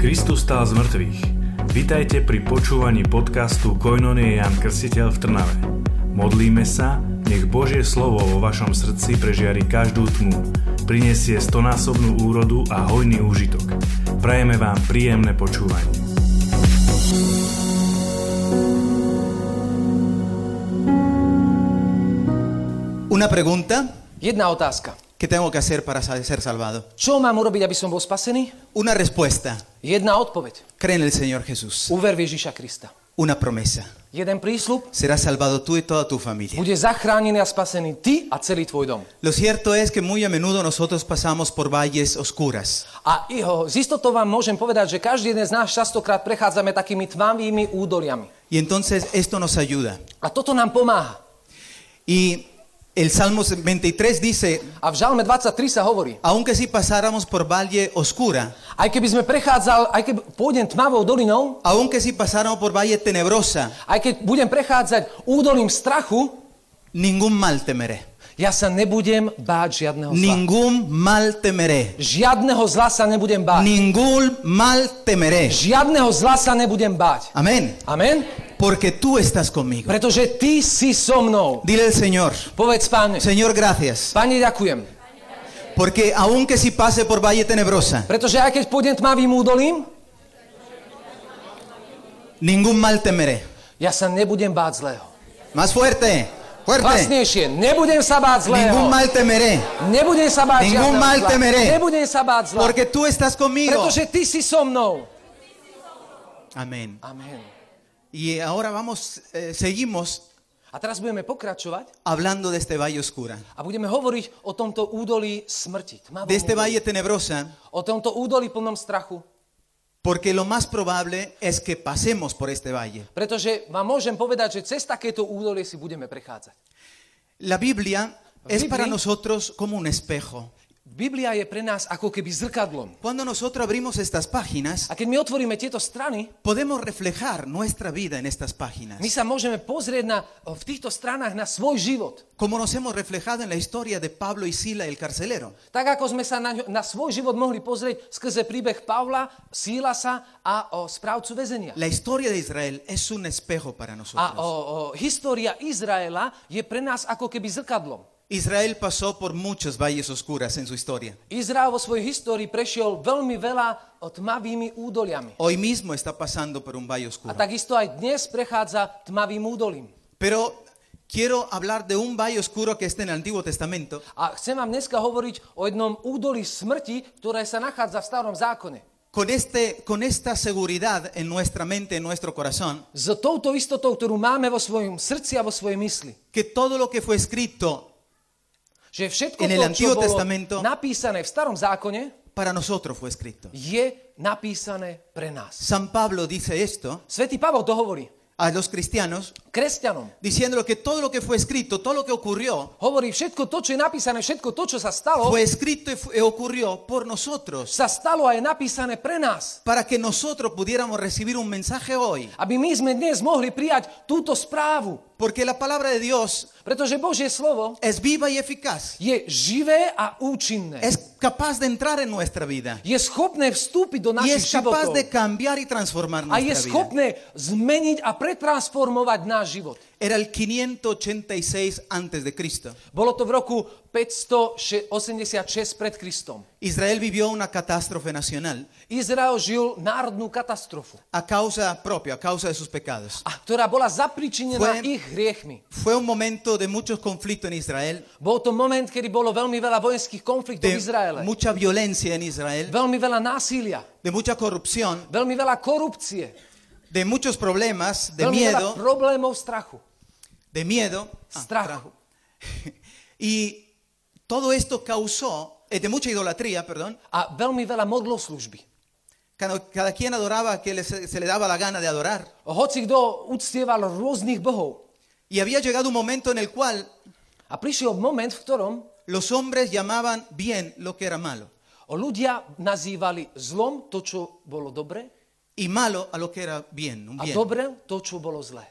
Kristus stál z mŕtvych. Vitajte pri počúvaní podcastu Koinonie Jan Krstiteľ v Trnave. Modlíme sa, nech Božie slovo vo vašom srdci prežiari každú tmu, prinesie stonásobnú úrodu a hojný úžitok. Prajeme vám príjemné počúvanie. Una pregunta Jedna otázka. que tengo que hacer para sa- ser salvado. Čo mám urobiť, aby som bol spasený? Una respuesta. Jedna odpoveď. Cree en el Señor Jesús. Uver v Ježiša Krista. Una promesa. Jeden prísľub. Serás salvado tú y toda tu familia. Bude zachránený a spasený ty a celý tvoj dom. Lo cierto es que muy a menudo nosotros pasamos por valles oscuras. A iho, z istotou vám môžem povedať, že každý jeden z nás častokrát prechádzame takými tmavými údoliami. Y entonces esto nos ayuda. A toto nám pomáha. Y el Salmo 23 dice, A v Žalme 23 sa hovorí, aunque si pasáramos por valle oscura, aj keby sme prechádzal, aj keby pôjdem tmavou dolinou, aunque si pasáramos por valle tenebrosa, aj keď budem prechádzať údolím strachu, ningún mal temeré. ja sa nebudem báť žiadneho zla. Ningún mal temeré. Žiadneho zla sa nebudem báť. Ningún mal temeré. Žiadneho zla sa nebudem báť. Amén. Amen? Porque tú estás conmigo. Pretože ty si so mnou. Dile al Señor, Povedz páne. Señor, gracias. Pane, ďakujem. Porque aunque si pase por valle tenebrosa, Pretože aj keď pôjdem tmavým údolím, ningún mal temeré. ja sa nebudem báť zlého. Más fuerte, fuerte. Vlastnejšie, nebudem sa báť zlého. Ningún mal temeré. Nebudem sa báť Ningún žiadneho mal zla. temeré. Nebudem sa báť zla. Porque tú estás conmigo. Pretože ty si so mnou. Amén. Amen. Y ahora vamos, eh, seguimos A teraz budeme pokračovať hablando de este valle oscura, a budeme hovoriť o tomto údolí smrti. Tmavom de este údolí. valle tenebrosa, O tomto údolí plnom strachu. porque lo más probable es que pasemos por este valle. Pretože vám môžem povedať, že cez takéto údolie si budeme prechádzať. La Biblia es Biblia. para nosotros como un espejo. Biblia je pre nás ako keby zrkadlom. Cuando nosotros abrimos estas páginas, A keď my otvoríme tieto strany, podemos reflejar nuestra vida en estas páginas. my sa môžeme pozrieť na, v týchto stranách na svoj život. Como nos hemos reflejado en la historia de Pablo y Sila, el carcelero. Tak ako sme sa na, ňo- na svoj život mohli pozrieť skrze príbeh Pavla, Sílasa a o správcu väzenia. La historia de Israel es un espejo para A o, nosotros. o, história Izraela je pre nás ako keby zrkadlom. Israel pasó por muchos valles oscuras en su historia. Izrael vo svojej histórii prešiel veľmi veľa o tmavými údoliami. Hoy mismo está pasando por un valle A oscuro. takisto aj dnes prechádza tmavým údolím. Pero quiero hablar de un valle oscuro que está en el Antiguo Testamento, A chcem vám dneska hovoriť o jednom údolí smrti, ktoré sa nachádza v starom zákone. con, este, con esta seguridad en nuestra mente, en nuestro corazón, s touto istotou, ktorú máme vo svojom srdci a vo svojej mysli. que todo lo que fue escrito Že všetko En el to, čo Antiguo bolo Testamento- napísané v starom zákone, para nosotros fue escrito. je napísané pre nás. San Pablo dice esto Svetý Pavol to hovorí a los cristianos, kresťanom. diciendo que todo lo que fue escrito, todo lo que ocurrió, Hovorí všetko to, čo je napísané, všetko to, čo sa stalo, fue escrito y fu- y ocurrió por nosotros, sa stalo a je napísané pre nás. para que nosotros pudiéramos recibir un mensaje hoy. Aby my sme dnes mohli prijať túto správu. Porque la palabra de Dios Pretože Božie slovo es viva y eficaz. je živé a účinné. Es capaz de entrar en nuestra vida. Je schopné vstúpiť do Y našich es capaz životov. de cambiar y transformar A nuestra je vida. schopné zmeniť a pretransformovať náš život. Era el 586 antes de Cristo. Bolo to v roku 586 pred Kristom. Israel vivió una catástrofe nacional Izrael žil národnú katastrofu, a causa propia, a causa de sus pecados. a ktorá bola zapričinená Fue- ich hriechmi. Fue un momento de muchos conflictos en Israel, Bol to moment, kedy bolo veľmi veľa vojenských konfliktov v Izraele, de mucha violencia en Israel, veľmi veľa násilia, de mucha corrupción, veľmi veľa korupcie, de muchos problemas, de veľmi veľa miedo, problémov strachu. de miedo, Ah, Strachu. tra- y todo esto causó, eh, de mucha idolatría, perdón, A veľmi veľa modloslužby. cada, cada quien adoraba a que le- se, se le daba la gana de adorar. Hoci kto uctieval rôznych bohov. Y había llegado un momento en el cual A prišiel moment, v ktorom los hombres llamaban bien lo que era malo ľudia nazývali zlom to, čo bolo dobre y malo a lo que era bien, un a bien. dobre to, čo bolo zlé.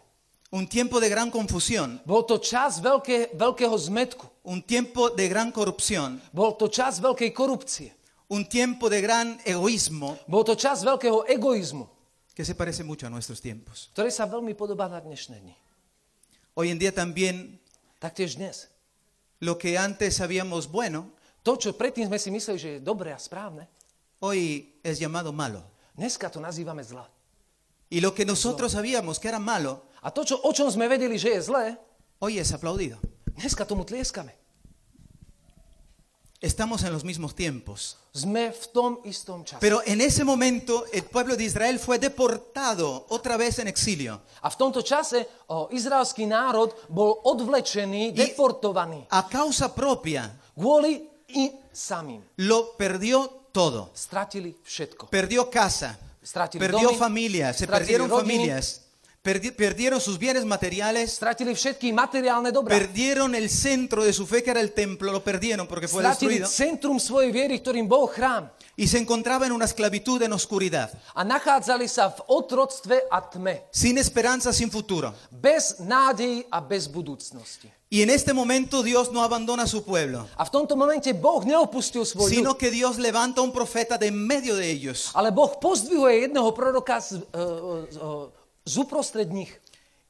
Un tiempo de gran confusión, Bol to čas veľké, veľkého zmetku. un tiempo de gran corrupción, Bol to čas veľkej korupcie. un tiempo de gran egoísmo Bol to čas veľkého egoizmu, que se parece mucho a nuestros tiempos. ktorý sa veľmi podobá na dnešné dni. Hoy en día también Taktiež dnes. lo que antes sabíamos bueno, To, čo predtým sme si mysleli, že je dobré a správne, hoy es llamado malo. dneska to nazývame zla. Y lo que nosotros sabíamos que era malo, A to, čo, o čom sme vedeli, že je zlé, hoy es aplaudido. dneska tomu tlieskame. Estamos en los mismos tiempos. Sme v tom istom čase. Pero en ese momento el pueblo de Israel fue deportado otra vez en exilio. A v tomto čase o, izraelský národ bol odvlečený, deportovaný. A causa propia Kvôli im samým. lo perdió todo. Stratili všetko. Perdió casa, Strati perdió domi, familias, se strati perdieron rodiny. familias, perdi- perdieron sus bienes materiales, Stratili všetky materiálne dobrá. perdieron el centro de su fe que era el templo, lo perdieron porque fue Stratili destruido centrum svojej viery, ktorým bol chrám. y se encontraba en una esclavitud en oscuridad, A nachádzali sa v otroctve a tme. sin esperanza, sin futuro. Bez nádejí a bez budúcnosti. Y en este momento Dios no abandona a su pueblo, A v tomto momente Boh neopustil svoj ľud, sino que Dios levanta a un profeta de en medio de ellos ale Boh pozdvihuje jedného proroka z, e, e, z, e, z uprostred nich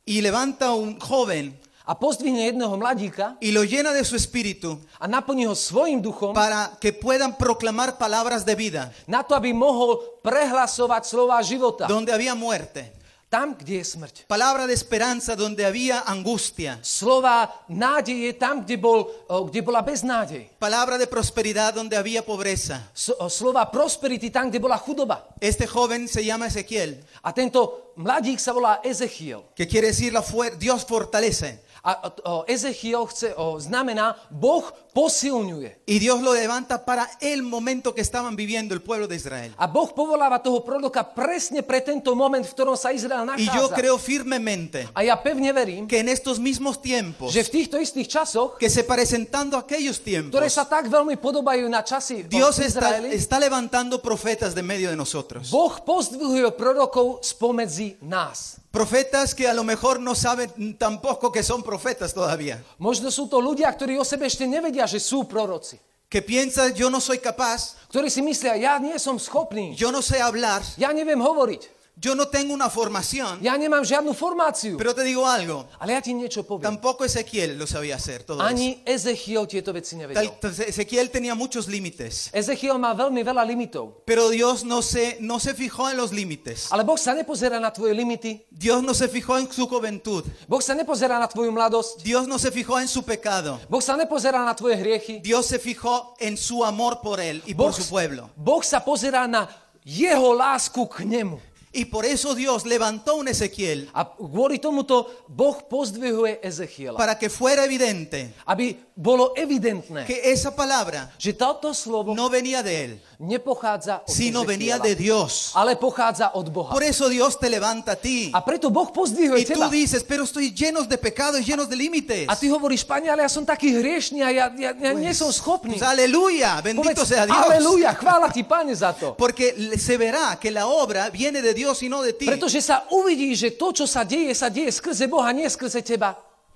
y levanta a un joven a pozdvihne jedného mladíka y lo llena de su espíritu a naplní ho svojim duchom para que puedan proclamar palabras de vida na to, aby mohol prehlasovať slova života. donde había muerte. Tam, kde je smrť. Palabra de esperanza donde había angustia. Slova nádeje tam, kde, bol, o, kde bola beznádej. Palabra de prosperidad donde había pobreza. S- o, Slova prosperity tam, kde bola chudoba. Este joven se llama Ezequiel, A tento mladík sa volá Ezechiel. que quiere decir la fuer- Dios fortalece. A o, Ezechiel chce, o, znamená, Boh posilňuje. Y Dios lo levanta para el momento que estaban viviendo el pueblo de Israel. A Boh povoláva toho proroka presne pre tento moment, v ktorom sa Izrael Y yo nachádza. creo firmemente A ja pevne verím, que en estos mismos tiempos, že v týchto istých časoch, que se parecen tanto a aquellos ktoré tiempos, sa tak veľmi podobajú na časy o, Dios v está, Izraeli, está levantando profetas de medio de nosotros. Boh pozdvihuje prorokov spomedzi nás. Profetas que a lo mejor no saben tampoco que son profetas todavía. Možno sú to ľudia, ktorí o sebe ešte nevedia, že sú proroci. Que piensan, yo no soy capaz, Ktorí si myslia, ja nie som schopný, yo no sé hablar, ja neviem hovoriť, yo no tengo una formación. ja nemám žiadnu formáciu. Pero te digo algo, Ale ja ti niečo poviem. tampoco Ezequiel lo sabía hacer todo eso. Ani Ezechiel tieto veci nevedel. Tal- tal- Ezequiel tenía muchos límites, Ezechiel má veľmi veľa limitov. pero Dios no se, no se fijó en los límites. Ale Boh sa nepozerá na tvoje limity, Dios no se fijó en su juventud. Boh sa nepozerá na tvoju mladosť, Dios no se fijó en su pecado. Boh sa nepozerá na tvoje hriechy. Dios se fijó en su amor por él y por Boh, su pueblo. boh sa pozerá na jeho lásku k nemu. Y por eso Dios levantó un Ezequiel A kvôli tomuto Boh pozdvihuje Ezechiela. para que fuera evidente Aby bolo evidentné, que esa palabra že toto slovo no venía de él, nepochádza od sino venía de Ezechiela, Dios. ale pochádza od Boha. Por eso Dios te levanta a ti. A preto Boh Y pozdvihuje tú teba. dices, pero estoy llenos de pecado y llenos de límites. A ty hovoríš, pane, ale ja som taký hriešný a ja, ja, ja nie som schopný. Pues, aleluya, bendito Povedz, sea Dios. aleluja, chvála ti, pane, za to. Porque le- se verá que la obra viene de Dios y no de ti. Pretože sa uvidí, že to, čo sa deje, sa deje skrze Boha, nie skrze teba.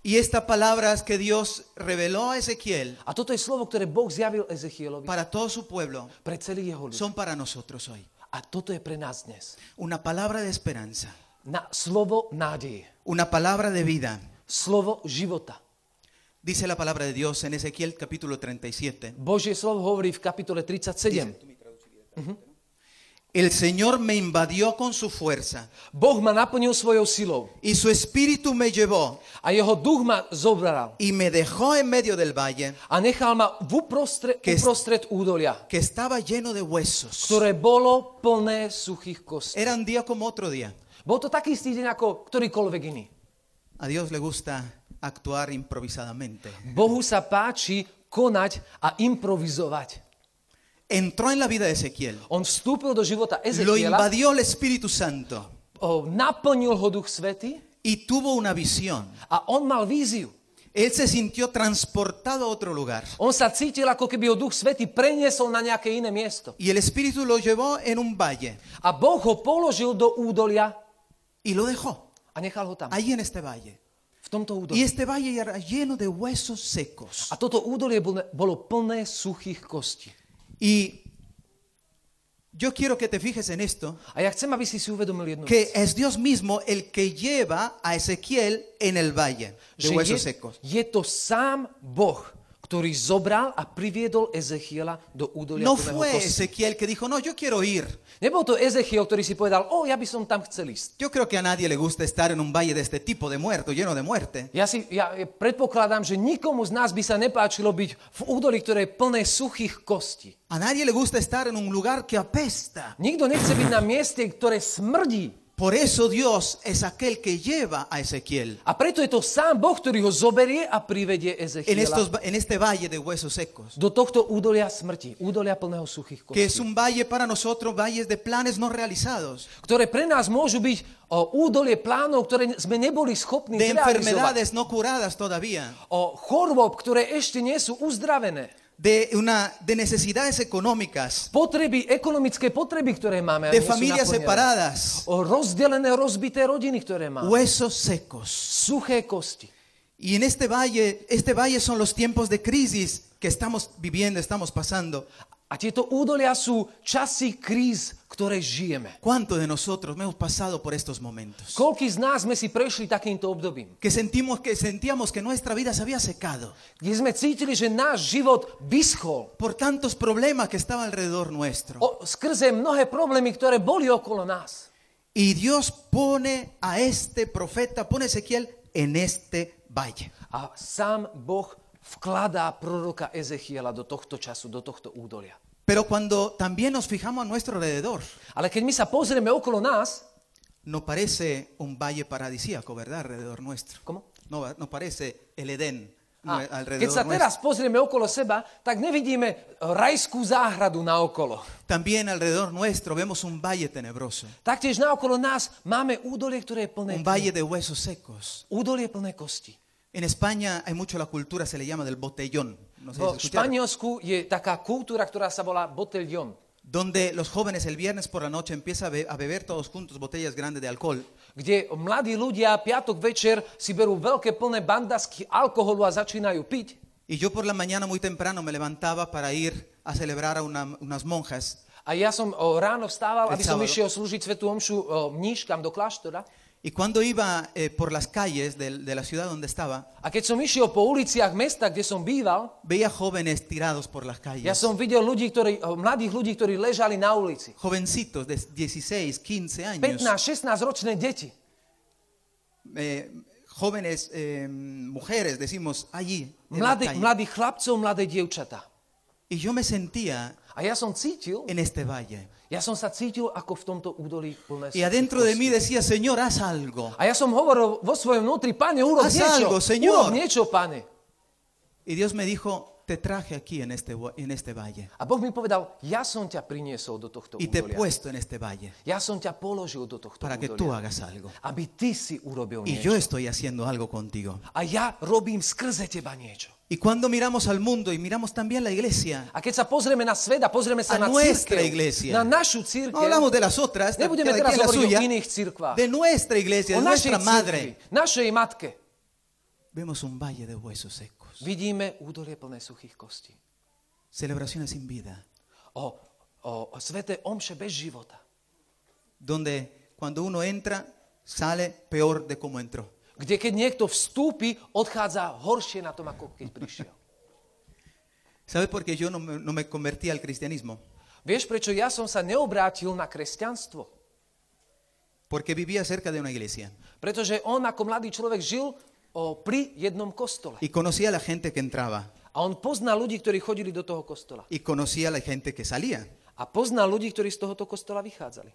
Y estas palabras que Dios reveló a Ezequiel A toto je slovo, ktoré Boh zjavil Ezechielovi para todo su pueblo pre celý jeho ľud. son para nosotros hoy. A toto je pre nás dnes. Una palabra de esperanza, Na slovo nádeje, una palabra de vida. slovo života. Dice la palabra de Dios en Ezequiel capítulo 37. Božie slovo hovorí v kapitole 37. El Señor me invadió con su fuerza Boh ma naplnil svojou silou y su espíritu me llevó a jeho duch ma zobral y me dejó en medio del valle a nechal ma v uprostre, Keď- uprostred údolia, que estaba lleno de huesos. ktoré bolo plné suchých kostí. Era un día como otro día. Bol to taký istý deň ako ktorýkoľvek iný. A Dios le gusta actuar improvisadamente. Bohu sa páči konať a improvizovať. Entró en la vida de Ezequiel. On vstúpil do Lo života Ezekiela, invadió el Espíritu Santo o, naplnil ho duch svety y tuvo una visión. a on mal víziu. Él se sintió transportado a otro lugar. On sa cítil, ako keby ho duch svety preniesol na nejaké iné miesto. Y el Espíritu lo llevó en un valle A Boh ho položil do údolia y lo dejó a nechal ho tam, ahí en este valle. v tomto Y údolí. este valle era lleno de huesos secos. A toto údolie bol- bolo plné suchých kostí. Y Yo quiero que te fijes en esto, A ja chcem, aby si si uvedomil jednu que vec. es Dios mismo el que lleva a Ezequiel en el valle de Že huesos je, secos. je to sám Boh, ktorý zobral a priviedol Ezechiela do údolia No plného fue kosti. Ezequiel que dijo, no, yo quiero ir. Nebol to Ezechiel, ktorý si povedal, o, ja by som tam chcel ísť. Yo creo que a nadie le gusta estar en un valle de este tipo de muerto, lleno de muerte. Ja, si, ja predpokladám, že nikomu z nás by sa nepáčilo byť v údolí, ktoré je plné suchých kostí. A nadie le gusta estar en un lugar que apesta. Nikto nechce byť na mieste, ktoré smrdí. Por eso Dios es aquel que lleva a Ezequiel A preto je to sám Boh, ktorý ho zoberie a privedie en, estos, Ezechiela en este valle de huesos secos, do tohto údolia smrti, údolia plného suchých que es kostí, un valle para nosotros, valles de planes no realizados, ktoré pre nás môžu byť o, údolie plánov, ktoré sme neboli schopní de zrealizovať. enfermedades no curadas todavía, O chorôb, ktoré ešte nie sú uzdravené. de, una, de necesidades económicas, Potreby, ekonomické potreby, ktoré máme. a de nie sú familias naplnené. separadas, O rozdelené, rozbité rodiny, ktoré máme. huesos secos. Suché kosti. Y en este valle, este valle son los tiempos de crisis que estamos viviendo, estamos pasando. A tieto údolia sú časy kríz, ktoré žijeme. ¿Cuántos de nosotros hemos pasado por estos momentos? Koľký z nás sme si prešli takýmto obdobím? Que sentimos que sentíamos que nuestra vida se había secado kde sme cítili, že náš život vyschol por tantos problemas que estaban alrededor nuestro. o, skrze mnohé problémy, ktoré boli okolo nás. Y Dios pone a este profeta, pone a Ezequiel en este valle. A sám Boh vkladá proroka Ezechiela do tohto času, do tohto údolia. Pero cuando también nos fijamos a nuestro alrededor, Ale keď my sa pozrieme okolo nás, no parece un valle paradisíaco, ¿verdad? Alrededor nuestro. ¿Cómo? Ah, No, no parece el Edén a nue- alrededor keď sa nuestro. teraz pozrieme okolo seba, tak nevidíme eh, rajskú záhradu naokolo. También alrededor nuestro vemos un valle tenebroso, Taktiež naokolo nás máme údolie, ktoré je plné un tmy. valle de huesos secos. údolie plné kosti. En España hay mucho la cultura, se le llama del botellón, no sé si V escucharon, Španielsku je taká kultúra, ktorá sa volá boteljon. donde los jóvenes el viernes por la noche empiezan a, be- a beber todos juntos botellas grandes de alcohol. kde mladí ľudia piatok večer si berú veľké plné bandasky alkoholu a začínajú piť. Y yo por la mañana muy temprano me levantaba para ir a celebrar a una- unas monjas A ja som o, ráno vstával, aby som Sábado. išiel slúžiť Svetú Omšu o, mníškam do kláštora. y cuando iba eh, por las calles del- de la ciudad donde estaba, A keď som išiel po uliciach mesta, kde som býval, veía jóvenes tirados por las calles, ja som videl ľudí, ktorí, o, mladých ľudí, ktorí ležali na ulici. jovencitos de 16, 15 años. 15-16 ročné deti. eh, jóvenes, eh, mujeres, decimos, allí. en la Mladí, calle. mladých chlapcov, mladé dievčatá. Y yo me sentía A ja som cítil, en este valle. ja som sa cítil ako v tomto údolí plné Y adentro de mí kosti. decía, Señor, haz algo. A ja som hovoril vo svojom vnútri, pane, urob Haz niečo, algo, Señor. urob niečo, pane. Y Dios me dijo, te traje aquí en este, vo- en este valle. A Boh mi povedal, ja som ťa priniesol do tohto Y te he údolia. puesto en este valle Ja som ťa položil do tohto para que tú údolia, hagas algo. aby ty si urobil Y yo niečo. estoy haciendo algo contigo. A ja robím skrze teba niečo. Y cuando miramos al mundo y miramos también la iglesia, A keď sa pozrieme na svet a pozrieme sa A na nuestra církev, iglesia. na našu no církev, hablamos de las otras, de, nebudeme de teraz aquí la hovoriť o suya, iných církvách, de nuestra iglesia, o de našej nuestra církvi, madre, našej matke, vemos un valle de huesos secos, vidíme údolie plné suchých kostí. celebraciones sin vida, O, o, o sveté omše bez života, donde cuando uno entra sale peor de como entró. kde keď niekto vstúpi, odchádza horšie na tom, ako keď prišiel. ¿Sabe por qué yo no me, no me convertí al cristianismo? Vieš, prečo ja som sa neobrátil na kresťanstvo? Porque vivía cerca de una iglesia Pretože on ako mladý človek žil o, pri jednom kostole. y conocía a la gente que entraba A on pozná ľudí, ktorí chodili do toho kostola. y conocía a la gente que salía A pozná ľudí, ktorí z tohoto kostola vychádzali.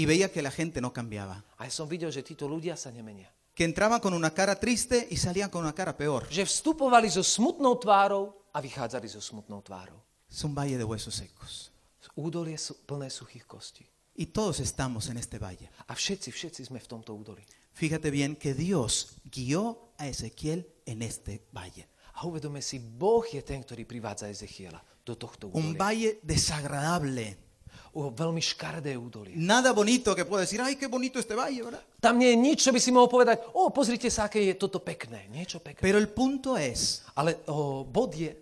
y veía que la gente no cambiaba. A ja som videl, že títo ľudia sa nemenia. Que entraban con una cara triste y salían con una cara peor. Že vstupovali so smutnou tvárou a vychádzali so smutnou tvárou. Es un valle de huesos secos. Z údolie sú plné suchých kostí. Y todos estamos en este valle. A všetci, všetci sme v tomto údolí. Fíjate bien que Dios guió a Ezequiel en este valle. A uvedome si, Boh je ten, ktorý privádza Ezechiela do tohto Un údolia. valle desagradable. O, veľmi škaredé údolie. Nada bonito que pueda decir, ay, qué bonito este valle, ¿verdad? Tam nie je nič, čo by si mohol povedať, o, pozrite sa, aké je toto pekné. Niečo pekné. Pero el punto es Ale o, bod je,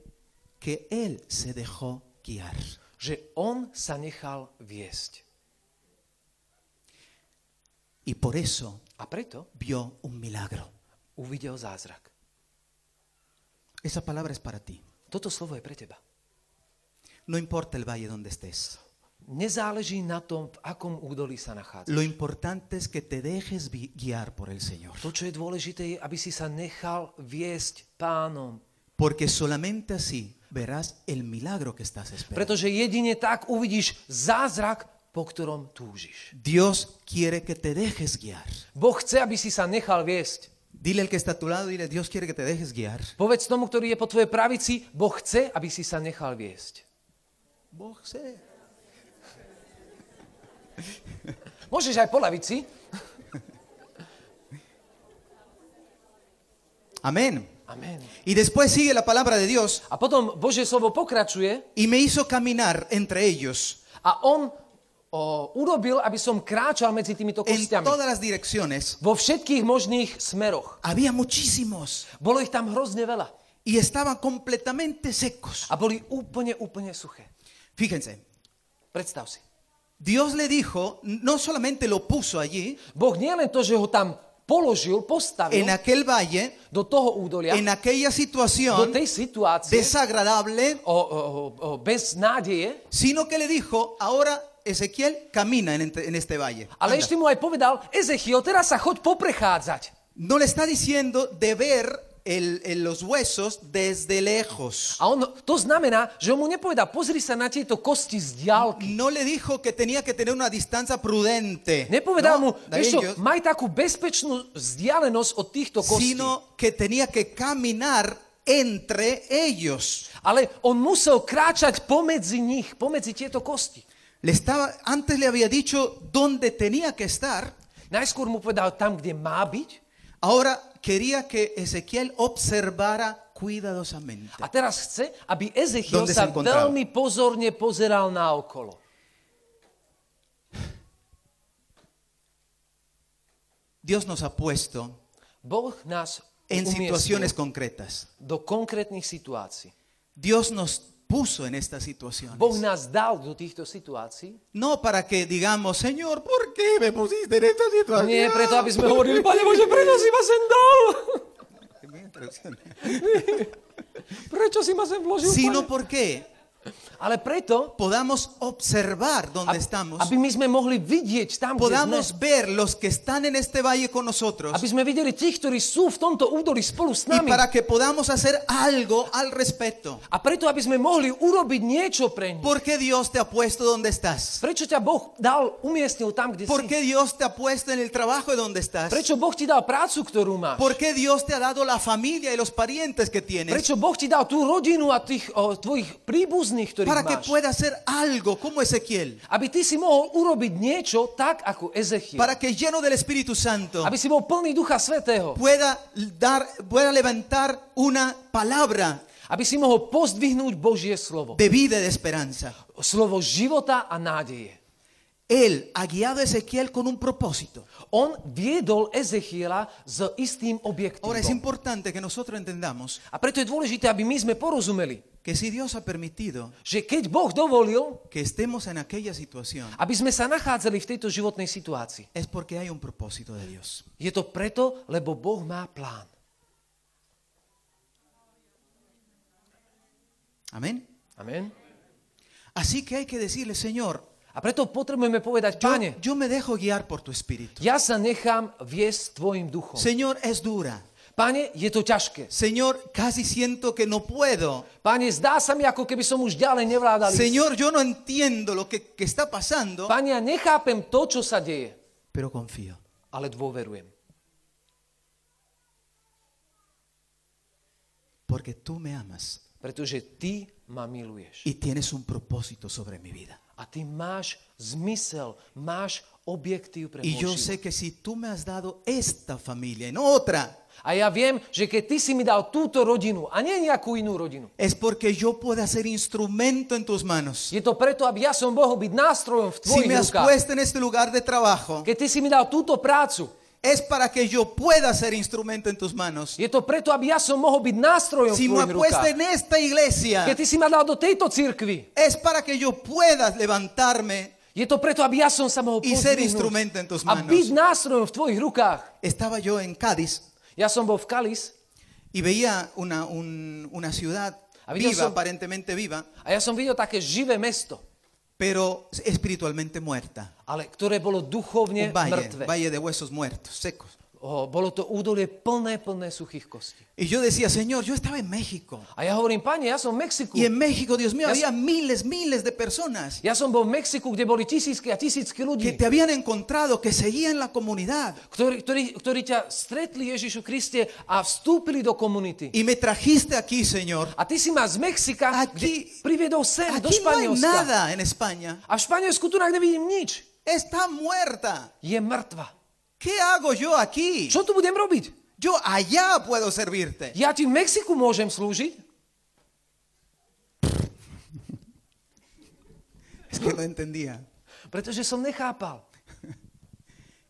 que él se dejó guiar. že on sa nechal viesť. Y por eso A preto vio un milagro. uvidel zázrak. Esa palabra es para ti. Toto slovo je pre teba. No importa el valle donde estés. Nezáleží na tom, v akom údolí sa nachádza. Lo importante es que te dejes vi- guiar por el Señor. To, čo je dôležité, je, aby si sa nechal viesť pánom. Porque solamente así verás el milagro que estás esperando. Pretože jedine tak uvidíš zázrak, po ktorom túžiš. Dios quiere que te dejes guiar. Boh chce, aby si sa nechal viesť. Dile al que está a tu lado, dile, Dios quiere que te dejes guiar. Povedz tomu, ktorý je po tvojej pravici, Boh chce, aby si sa nechal viesť. Vos sé. Môžeš aj po lavici. Amén. Amen. Y después sigue la palabra de Dios. A potom Božie slovo pokračuje Y me hizo caminar entre ellos a on o, urobil, aby som kráčal medzi týmito en kostiami. todas las direcciones. Vo všetkých možných smeroch. Había muchísimos Bolo ich tam hrozne veľa. y estaban completamente secos. A boli úplne, úplne suché. Fíjense, Predstav si. Dios le dijo, no solamente lo puso allí, Boh nie len to, že ho tam položil, postavil en aquel valle, do toho údolia, en aquella do situación tej situácie desagradable, o, o, o, o, bez nádeje, sino que le dijo, ahora Ezequiel camina en, ente- en este valle. ale Anda. ešte mu aj povedal, Ezechiel, teraz sa choď poprechádzať. No le está diciendo de ver el- el- los huesos desde lejos. A on, to znamená, že on mu nepovedal, pozri sa na tieto kosti z diálky. No le dijo que tenía que tener una distancia prudente. Nepovedal mu, No, David, vieš čo, yo- maj takú bezpečnú vzdialenosť od týchto kostí. sino que tenía que caminar entre ellos. Ale on musel kráčať pomedzi nich, pomedzi tieto kosti. Le estaba, antes le había dicho dónde tenía que estar, Najskôr mu povedal tam, kde má byť, ahora quería que Ezequiel observara cuidadosamente. A teraz chce, aby Ezechiel Donde sa sa encontral. veľmi pozorne pozeral na okolo. Dios nos ha puesto Boh nás en umiestnil situaciones concretas. do konkrétnych situácií. Dios nos puso en estas situaciones. Boh nás dal do týchto situácií. No para que digamos, Señor, ¿por qué me pusiste en esta situación? No Nie preto, aby sme hovorili, Pane Bože, prečo si ma sem dal? Prečo si ma sem vložil, Sino Pane? porque Ale preto, podamos observar dónde aby, estamos, aby my sme mohli vidieť tam, kde sme. podamos ver los que están en este valle con nosotros Aby sme videli tých, ktorí sú v tomto údolí spolu s y nami. para que podamos hacer algo al respecto. A preto, aby sme mohli urobiť niečo pre nich. ¿Por qué Dios te ha puesto donde estás? Prečo ťa Boh dal, umiestnil tam, kde ¿Por si? qué Dios te ha puesto en el trabajo de donde estás? Prečo Boh ti dal prácu, ktorú máš? ¿Por qué Dios te ha dado la familia y los parientes que tienes? Prečo Boh ti dal tú rodinu a tých o, tvojich príbuzných, ktorých Para que máš? puedas hacer algo como Ezequiel. Aby ty si mohol urobiť niečo tak, ako Ezechiel. Para que lleno del Espíritu Santo Aby si bol plný Ducha Svetého. pueda, dar, pueda levantar una palabra Aby si mohol pozdvihnúť Božie slovo. de vida y de esperanza. Slovo života a nádeje. Él ha guiado a Ezequiel con un propósito. On viedol Ezechiela s istým Ahora es objektívom. importante que nosotros entendamos A preto je dôležité, aby my sme porozumeli, que si Dios ha permitido že keď Boh dovolil, que estemos en aquella situación, aby sme sa nachádzali v tejto životnej situácii, es porque hay un propósito de Dios. je to preto, lebo Boh má plán. Amén. Amen. Así que hay que decirle, Señor, A preto potrebujeme povedať, yo, Pane, yo me dejo guiar por tu espíritu. ja sa nechám viesť tvojim duchom. Señor, es dura. Pane, je to ťažké. Señor, casi siento que no puedo. Pane, zdá sa mi, ako keby som už ďalej nevládal. ísť. Señor, yo no entiendo lo que, que está pasando, Pane, ja nechápem to, čo sa deje, pero confío. ale dôverujem. Porque tú me amas Pretože ty ma miluješ. y tienes un propósito sobre mi vida. A ty máš zmysel, máš objektív pre Y yo môj sé život. que si tú me has dado esta familia y no otra, A ja viem, že keď ty si mi dal túto rodinu a nie nejakú inú rodinu, es porque yo pueda ser instrumento en tus manos. je to preto, aby ja som mohol byť nástrojom v Si tvojich me has rukách. puesto en este lugar de trabajo, Keď ty si mi dal túto prácu, es para que yo pueda ser instrumento en tus manos. Je to preto, aby ja som mohol byť nástrojom Si me v tvojich ha puesto rukách. en esta iglesia, Keď ty si ma dal do tejto cirkvi, es para que yo pueda levantarme. je to preto, aby ja som sa mohol I ser pozdvihnúť instrumento en tus a manos. byť nástrojom v tvojich rukách. Estaba yo en Cádiz Ja som bol v Kalis y veía una, un- una ciudad Había viva, so- aparentemente viva, a ja som videl také živé mesto, pero espiritualmente muerta. ale ktoré bolo duchovne Un valle, mŕtve. valle de huesos muertos, secos. O, bolo to údolie plné, plné suchých kostí. Y yo decía, Señor, yo estaba en México. A ja hovorím, pane, ja som v Mexiku. Y en México, Dios mío, Ya- había miles, miles de personas Ja som bol v Mexiku, kde boli tisícky a que tisícky ľudí, te habían encontrado, que seguían la comunidad. ktorí, ktorí, ktorí ťa stretli Ježišu Kriste a vstúpili do komunity. Y me trajiste aquí, Señor. A ty si ma z Mexika Aquí- kde priviedol sem do Aquí no hay Španielska. nada en España. A v Španielsku tu nevidím nič. Está muerta. Je mŕtva. ¿Qué hago yo aquí? Čo tu budem robiť? Yo allá puedo servirte. Ja ti v Mexiku môžem slúžiť? Es que no entendía. Pretože som nechápal.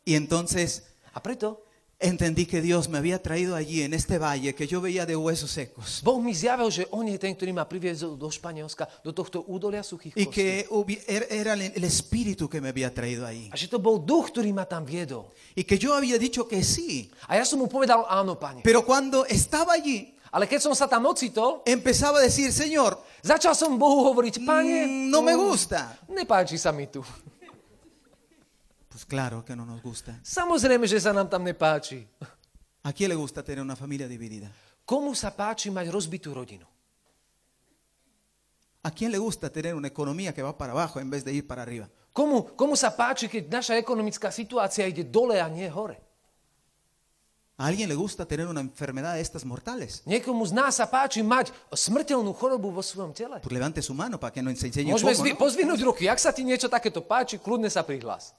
Y entonces A preto entendí que Dios me había traído allí, en este valle que yo veía de huesos secos. Boh mi zjavil, že On je ten, ktorý ma priviedol do Španielska, do tohto údolia suchých Y kostí. que hubi- er- era el- el espíritu que me había traído ahí. A že to bol duch, ktorý ma tam viedol. Y que yo había dicho que sí. A ja som mu povedal áno, pane. Pero cuando estaba allí, Ale keď som sa tam ocitol, empezaba a decir, Señor, Začal som Bohu hovoriť, pane, mm, no me gusta. nepáči sa mi tu. Pues claro que no nos gusta. Samozrejme, že sa nám tam nepáči. ¿A quién le gusta tener una familia dividida? Komu sa páči mať rozbitú rodinu? ¿A quién le gusta tener una economía que va para abajo en vez de ir para arriba? Komu, komu sa páči, keď naša ekonomická situácia ide dole a nie hore? ¿A alguien le gusta tener una enfermedad de estas mortales? Niekomu z nás sa páči mať smrteľnú chorobu vo svojom tele. Pues levante su mano para que nos enseñe un Môžeme poco, zvi- ¿no? pozvinúť ruky. Ak sa ti niečo takéto páči, kľudne sa prihlás.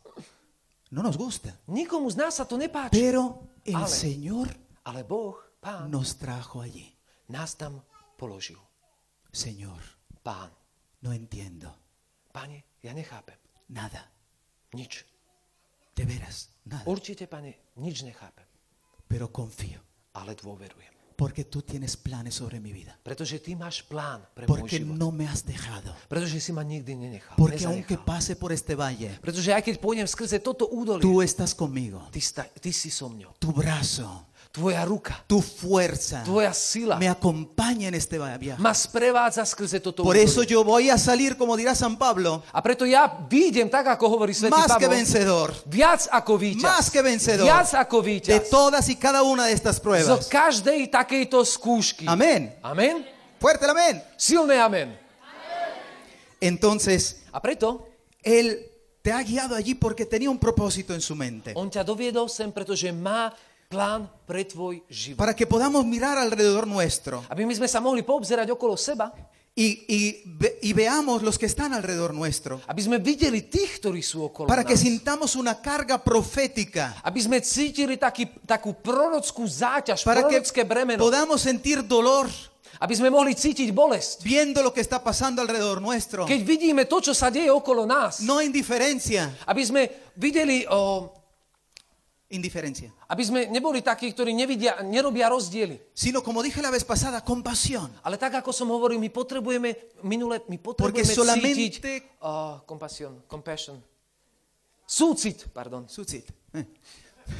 No nos gusta. Nikomu z nás sa to nepáči. Pero el Ale. Señor Ale Boh, pán, nos trajo allí. nás tam položil. Señor, Pán. no entiendo Pane, ja nechápem. nada. Nič. De veras, nada. Určite, pane, nič nechápem. Pero confío. ale dôverujem. Porque tú tienes planes sobre mi vida. Pretože ty máš plán pre môj Porque život. no me has dejado. Pretože si ma nikdy nenechal. Porque aunque nezanechal. pase por este valle, Pretože aj keď pôjdem skrze toto údolie, tú estás conmigo. ty, sta- ty si so mňou. Tu brazo, Tvoja ruka, tu fuerza tvoja sila me acompaña en este va- viaje. ma sprevádza skrze toto Por eso údolie. yo voy a salir, como dirá San Pablo, A preto ja výjdem tak, ako hovorí svätý más que Pavol. vencedor. Viac ako víťaz. Más que vencedor. Viac ako De víťaz. todas y cada una de estas Zo pruebas. každej takejto skúšky. Amén. Amen. Fuerte el amén. Silné amen. Entonces, A preto Él te ha guiado allí porque tenía un propósito en su mente. on ťa doviedol sem, pretože má plán pre tvoj život. Para que podamos mirar alrededor nuestro Aby my sme sa mohli poobzerať okolo seba, y, y ve- y veamos los que están alrededor nuestro. aby sme videli tých, ktorí sú okolo Para que nás. sintamos una carga profética. Aby sme cítili taký, takú prorockú záťaž, Para que prorocké bremeno. podamos sentir dolor Aby sme mohli cítiť bolesť. viendo lo que está pasando alrededor nuestro. Keď vidíme to, čo sa deje okolo nás. No indiferencia. Aby sme videli, o, Indiferencia. aby sme neboli takí, ktorí nevidia, nerobia rozdiely. Sino, como dije la vez pasada, compasión. Ale tak, ako som hovoril, my potrebujeme, minule, my Porque potrebujeme cítiť solamente... o, compassion, compassion. Súcit, pardon. Sucit. Eh.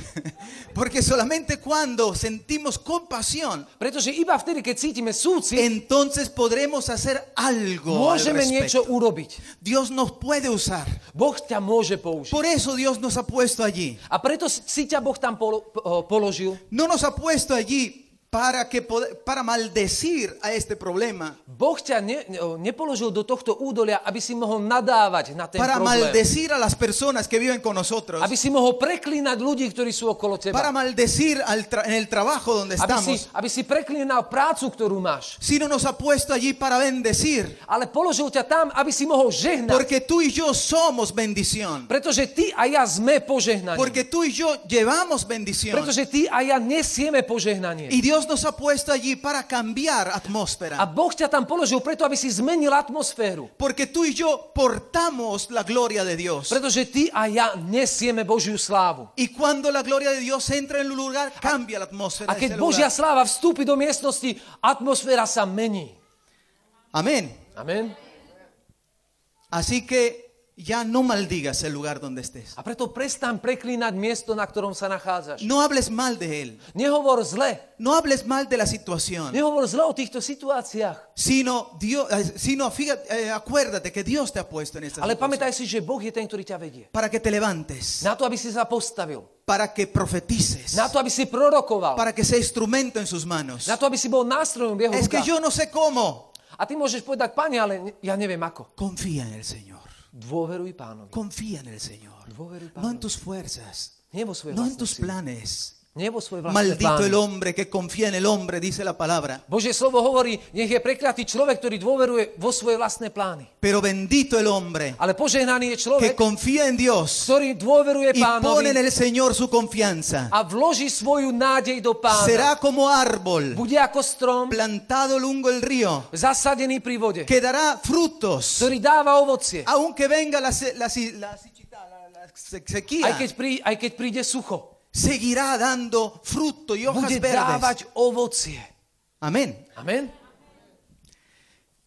Porque solamente cuando sentimos compasión, Pretože iba vtedy, keď cítime súcit, entonces podremos hacer algo. al môžeme niečo respecto. urobiť. Dios nos puede usar. Boh ťa môže použiť. Por eso Dios nos ha puesto allí. A preto si ťa Boh tam polo, po- položil. No nos ha puesto allí para, que pod- para maldecir a este problema, Boh ťa ne, ne- nepoložil do tohto údolia, aby si mohol nadávať na ten para problém. maldecir a las personas que viven con nosotros, Aby si mohol preklínať ľudí, ktorí sú okolo para teba. maldecir al tra- en el trabajo donde Aby si, estamos, aby si preklínal prácu, ktorú máš. sino nos ha puesto allí para bendecir, Ale položil ťa tam, aby si mohol žehnať. porque tú y yo somos bendición, Pretože ty a ja sme požehnaní. porque tú y yo llevamos bendición. Pretože ty a ja nesieme požehnanie. Y Dios Dios nos ha puesto allí para cambiar A atmósfera. Boh ťa tam položil preto, aby si zmenil atmosféru. Porque tú y yo portamos la gloria de Dios. Pretože ty a ja nesieme Božiu slávu. Y cuando la gloria de Dios entra en un lugar, cambia la atmósfera. A de ese keď lugar. Božia sláva vstúpi do miestnosti, atmosféra sa mení. Amén. Amen. Así que ya no maldigas el lugar donde estés. A preto prestan preklínať miesto, na ktorom sa nachádzaš. No hables mal de él. Nehovor zle. No hables mal de la situación. Nehovor zle o týchto situáciách. Sino, Dios, eh, sino fíjate, eh, acuérdate que Dios te ha puesto en esta situación. Ale pamätaj si, že Boh je ten, ktorý ťa vedie. Para que te levantes. Na to, aby si sa postavil. Para que profetices. Na to, aby si prorokoval. Para que sea instrumento en sus manos. Na to, aby si bol nástrojom v jeho Es que rukách. yo no sé cómo. A ty môžeš povedať, pane, ale ne- ja neviem ako. Confía en el Señor. Dôveruj pánovi. Confía en el Señor. Dôveruj No pánovi. en tus fuerzas. Nie vo svoje No en vlastné tus sily. planes. Nie vo svoje vlastné Maldito el plány. hombre que confía en el hombre, dice la palabra. Božie slovo hovorí, nech je prekliatý človek, ktorý dôveruje vo svoje vlastné plány. Pero bendito el hombre Ale požehnaný je que človek, confía en Dios ktorý y dôveruje pone en pánovi el Señor su confianza. a vloží svoju nádej do pána. Será como árbol Bude ako strom plantado lungo el río zasadený pri vode, que dará frutos, ktorý dáva ovocie. aunque venga la, se- la si- la sichita, la- la se- Aj sequía. keď, prí, aj keď príde sucho, Seguirá dando fruto y hojas bude verdes. dávať ovocie. Amén. Amen.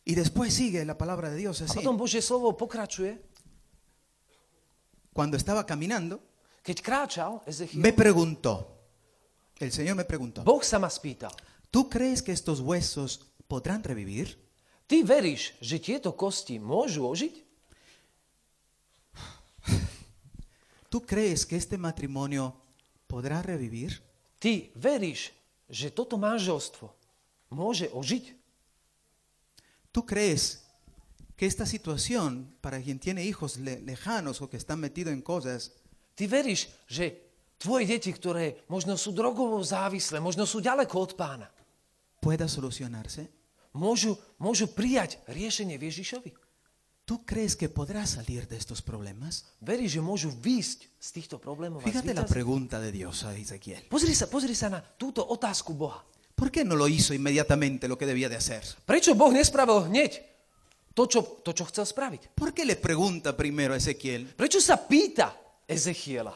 Y después sigue la palabra de Dios A así. potom Božie slovo pokračuje. Cuando estaba caminando, Keď kráčal Ezechiel, me preguntó, el Señor me preguntó, Boh sa ma spýtal. ¿Tú crees que estos huesos podrán revivir? Ty veríš, že tieto kosti môžu ožiť? ¿Tú crees que este matrimonio podrá revivir? Ty veríš, že toto manželstvo môže ožiť? ¿Tú crees que esta situación, para quien tiene hijos le- lejanos o que están metidos en cosas, Ty veríš, že tvoje deti, ktoré možno sú drogovo závislé, možno sú ďaleko od pána, pueda solucionarse? môžu, môžu prijať riešenie v Ježišovi? ¿Tú crees que podrá salir de estos problemas? Veríš, že môžu výjsť z týchto problémov? a Fíjate la zvýťaziť? pregunta de Dios a Ezequiel. Pozri sa, pozri sa na túto otázku Boha. ¿Por qué no lo hizo inmediatamente lo que debía de hacer? Prečo Boh nespravil hneď to, čo, to, čo chcel spraviť? ¿Por qué le pregunta primero a Ezequiel? Prečo sa pýta Ezechiela?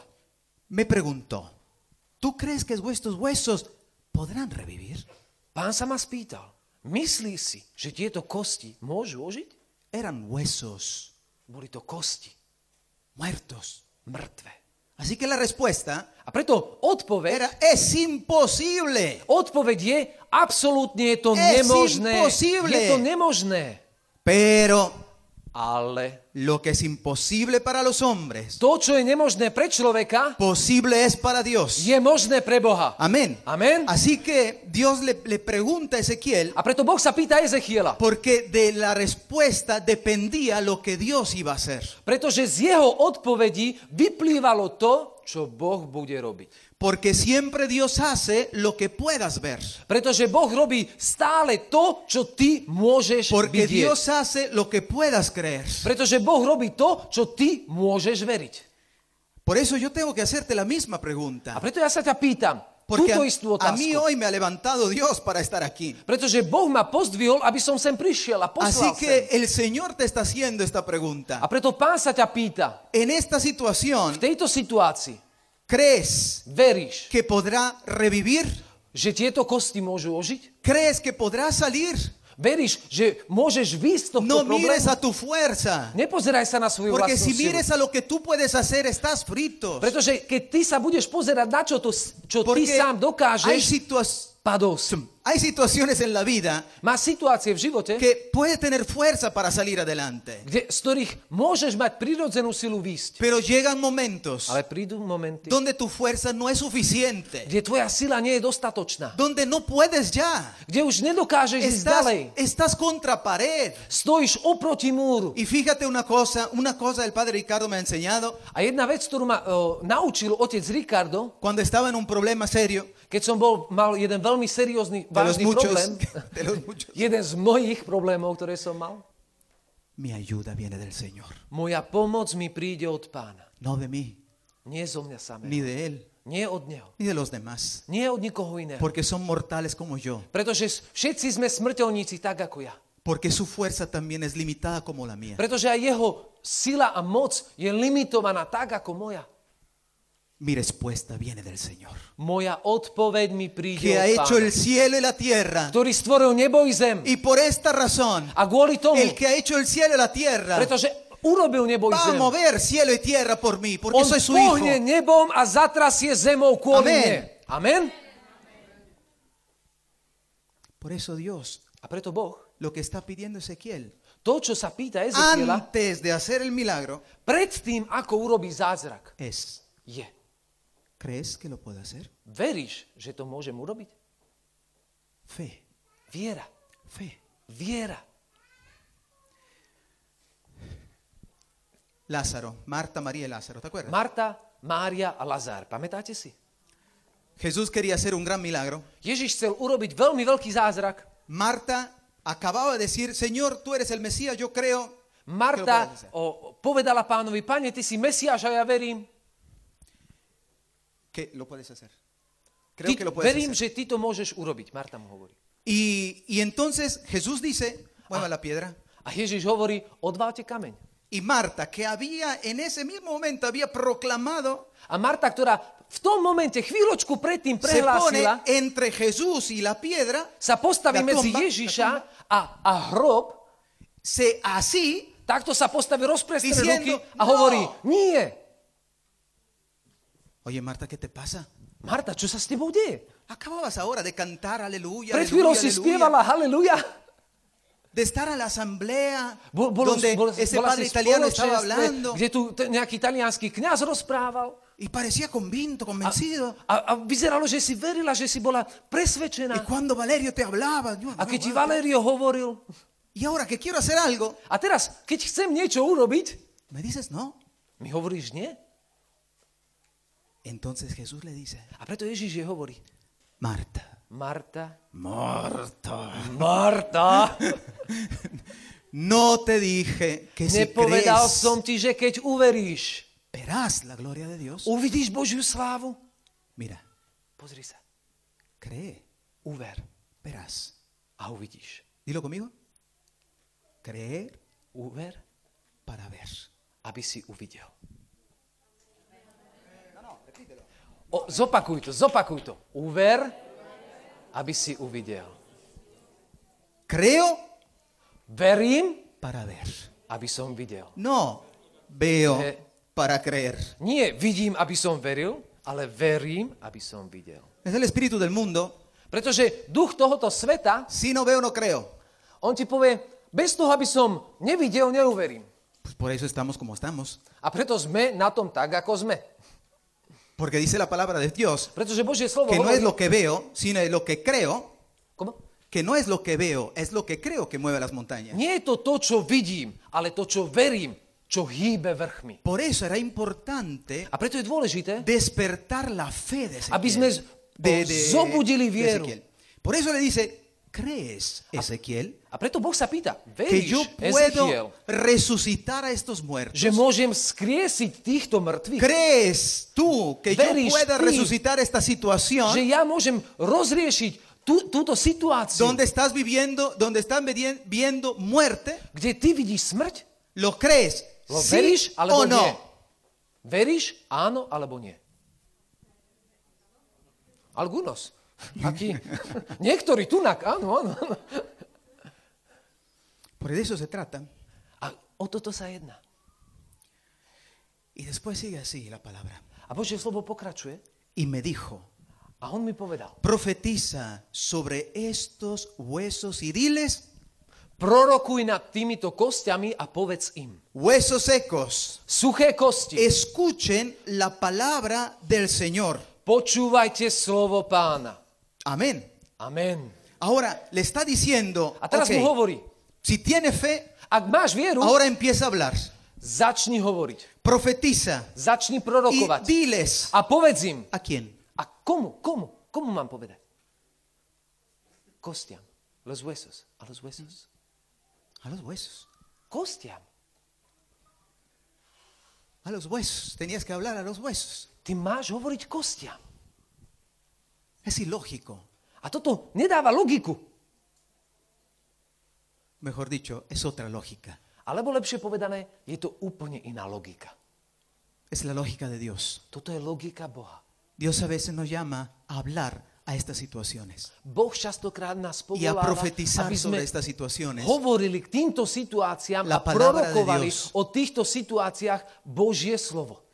Me preguntó, ¿tú crees que vuestros huesos podrán revivir? Pán sa ma spýtal, myslí si, že tieto kosti môžu ožiť? Eran huesos Boli to kosti, muertos. mŕtve. Así que la respuesta A preto odpoveď, Era, es imposible. odpoveď je, absolútne je to Es nemožné. imposible. Je to nemožné. Pero Ale lo que es imposible para los hombres, to, čo je nemožné pre človeka, posible es para Dios. je možné pre Boha. Amén. Amén. Así que Dios le, le pregunta a Ezequiel A preto Boh sa pýta Ezechiela. porque de la respuesta dependía lo que Dios iba a hacer. Pretože z jeho odpovedí vyplývalo to, čo Boh bude robiť. Porque siempre Dios hace lo que puedas ver. Pretože Boh robí stále to, čo ty môžeš Porque vidieť. Dios hace lo que puedas creer. Pretože Boh robí to, čo ty môžeš veriť. Por eso yo tengo que hacerte la misma A pregunta. preto ja sa ťa pýtam Porque túto istú a, a mí otázku. hoy me ha levantado Dios para estar aquí. Pretože Boh ma pozdvihol, aby som sem prišiel a Así poslal que sem. el Señor te está haciendo esta A pregunta. preto pán sa ťa pýta, En esta v situación, tejto situácii ¿crees veríš, que podrá revivir? že tieto kosti môžu ožiť? ¿Crees que podrá salir? Veríš, že môžeš výjsť z tohto No mires problému? a tu fuerza, Nepozeraj sa na svoju porque vlastnú si silu. mires a lo que tú puedes hacer, estás frito. Pretože keď ty sa budeš pozerať na čo, to, s- čo ty Porque Hm. sám hay, dokážeš, situas- padol si. hay situaciones en la vida Má situácie v živote, que puede tener fuerza para salir adelante, kde, z ktorých môžeš mať prirodzenú silu výjsť. pero llegan momentos Ale prídu momenty, donde tu fuerza no es suficiente, kde tvoja sila nie je dostatočná. donde no puedes ya. Kde už nedokážeš ísť Estás, ďalej. estás contra pared. Stojíš oproti múru. Y fíjate una cosa, una cosa el padre Ricardo me ha enseñado A jedna vec, ktorú ma o, naučil otec Ricardo, cuando estaba en un problema serio, keď som bol, mal jeden veľmi seriózny, de los vážny muchos, problém, de los muchos. jeden z mnohých problémov, ktoré som mal, Mi ayuda viene del Señor, moja pomoc mi príde od pána. no de mí, Nie zo mňa samého. ni de Él, Nie od neho. ni de los demás, Nie od nikoho iného. porque son mortales como yo, Pretože s- všetci sme smrteľníci tak ako ja. porque su fuerza también es limitada como la mía. Pretože aj jeho sila a moc je limitovaná tak ako moja. Mi respuesta viene del Señor, Moja odpoveď mi príde que ha od hecho Pána, el cielo y la tierra. ktorý stvoril nebo i zem. Y por esta razón, A kvôli tomu, el que ha hecho el cielo y la tierra, pretože urobil nebo i va a zem, mover cielo y tierra por mí, porque on soy su hijo. pohne nebom a zatrasie zemou kvôli Amen. mne. Amen. Por eso Dios, A preto Boh, lo que está pidiendo Ezequiel, to, čo sa pýta Ezekiela, antes de hacer el milagro, predtým, ako urobí zázrak, es, je, ¿crees que lo puedo hacer? veríš, že to môžem urobiť? Fe, Viera. fe. Viera. Lázaro, Marta, María y Lázaro, ¿te acuerdas? Marta, Mária a Lazár. Pamätáte si? Jesús quería hacer un gran milagro. Ježiš chcel urobiť veľmi veľký zázrak. Marta acababa de decir, Señor, tú eres el Mesías, yo creo. que lo Marta puedes hacer". o, povedala pánovi, pane, ty si Mesiáš a ja verím. Que lo puedes hacer. Creo Ty, que lo puedes verím, hacer. že ty to môžeš urobiť, Marta mu hovorí. Y, y entonces Jesús dice, mueva la piedra. A Ježiš hovorí, odváte kameň. Y Marta, que había en ese mismo momento, había proclamado, A Marta, ktorá v tom momente, chvíľočku se predtým pone prehlásila, entre Jesús y la piedra, sa La postaví medzi tomba, la Ježiša tomba. a, a hrob, se así, takto sa postaví, rozprestre Diciendo, ruky a "No!" hovorí, nie. oye Marta, ¿qué te pasa? Marta, čo sa s tebou deje? Acababas ahora de cantar aleluya, Pred chvíľou aleluya, si aleluya, spievala haleluja. de estar a la asamblea Bo- bolo- donde bolo- ese bola padre si v italiano estaba spoločenstve, hablando Kde tu t- nejaký italianský kňaz rozprával. y parecía convinto, A, convencido. a, a vyzeralo, že si verila, že si bola Y presvedčená. cuando Valerio te hablaba, yo, A keď ti bueno, bueno, Valerio hovoril, y ahora que quiero hacer algo, a teraz, keď chcem niečo urobiť, me dices no. mi hovoríš nie. Entonces Jesús le dice, A preto Ježiš jej hovorí, Marta, Marta, Marta. Marta, No te dije que si nepovedal crees, som ti, že keď uveríš, verás la gloria de Dios. uvidíš Božiu slávu. Mira, Pozri sa, cree, uver verás. a uvidíš. Dilo conmigo. Creer Uver, para ver. aby si uvidel. O, zopakuj to, zopakuj to. Uver, aby si uvidel. Creo Verím, para ver. aby som videl. No, veo Eh. para creer. Nie vidím, aby som veril, ale verím, aby som videl. Es el espíritu del mundo. Pretože duch tohoto sveta, Si no veo, no creo. on ti povie, bez toho, aby som nevidel, neuverím. Pues por eso estamos como estamos. A preto sme na tom tak, ako sme. Porque dice la palabra de Dios Pretože Božie slovo que no es hovorí... lo que veo, sino es lo que creo. Komo? Que no es lo que veo, es lo que creo que mueve las montañas. Nie je to to, čo vidím, ale to, čo verím, čo hýbe vrchmi. Por eso era importante A preto je dôležité, despertar la fe de Ezequiel. Aby sme oh, de, zobudili de vieru. Ezequiel. Por eso le dice, ¿crees, Ezequiel, a preto Boh sa pýta, que yo veríš, Ezechiel, puedo resucitar a estos muertos? že môžem skriesiť týchto mŕtvych? ¿Crees tú que yo Veríš pueda ty resucitar esta situación Že ja môžem rozriešiť tú, túto situáciu, donde estás viviendo, donde están vidi- viendo muerte? kde ty vidíš smrť? ¿Lo crees? Lo ¿Sí veríš o alebo no? nie? Veríš áno alebo nie? Algunos. Aký? Niektorí tunak, áno, áno. áno. Por eso se trata. A o toto sa jedná. Y después sigue así la palabra. A Božie slovo pokračuje Y me dijo, a on mi povedal. profetiza sobre estos huesos y diles, Prorokuj nad týmito kostiami a povedz im. huesos secos, Suché kosti, escuchen la palabra del Señor. počúvajte slovo pána. Amén. Amen. Ahora le está diciendo, A teraz ok, mu hovorí, si tiene fe, ak máš vieru, ahora empieza a hablar, začni hovoriť. profetiza y Začni prorokovať. diles A povedz im, a quién, A komu, komu, komu mám povedať? Kostiam. Los huesos. A los huesos. a los huesos. Kostiam. a los huesos, tenías que hablar a los huesos. Ty máš hovoriť kostiam. Es ilógico, A toto nedáva logiku. mejor dicho, es otra lógica. Alebo lepšie povedané, je to úplne iná logika. Es la lógica de Dios. Toto je logika Boha. Dios a veces nos llama a hablar a estas situaciones Boh častokrát nás y a povoláva, profetizar aby sme sobre estas situaciones. hovorili k týmto situáciám La a palabra de prorokovali Dios. o týchto situáciách Božie slovo.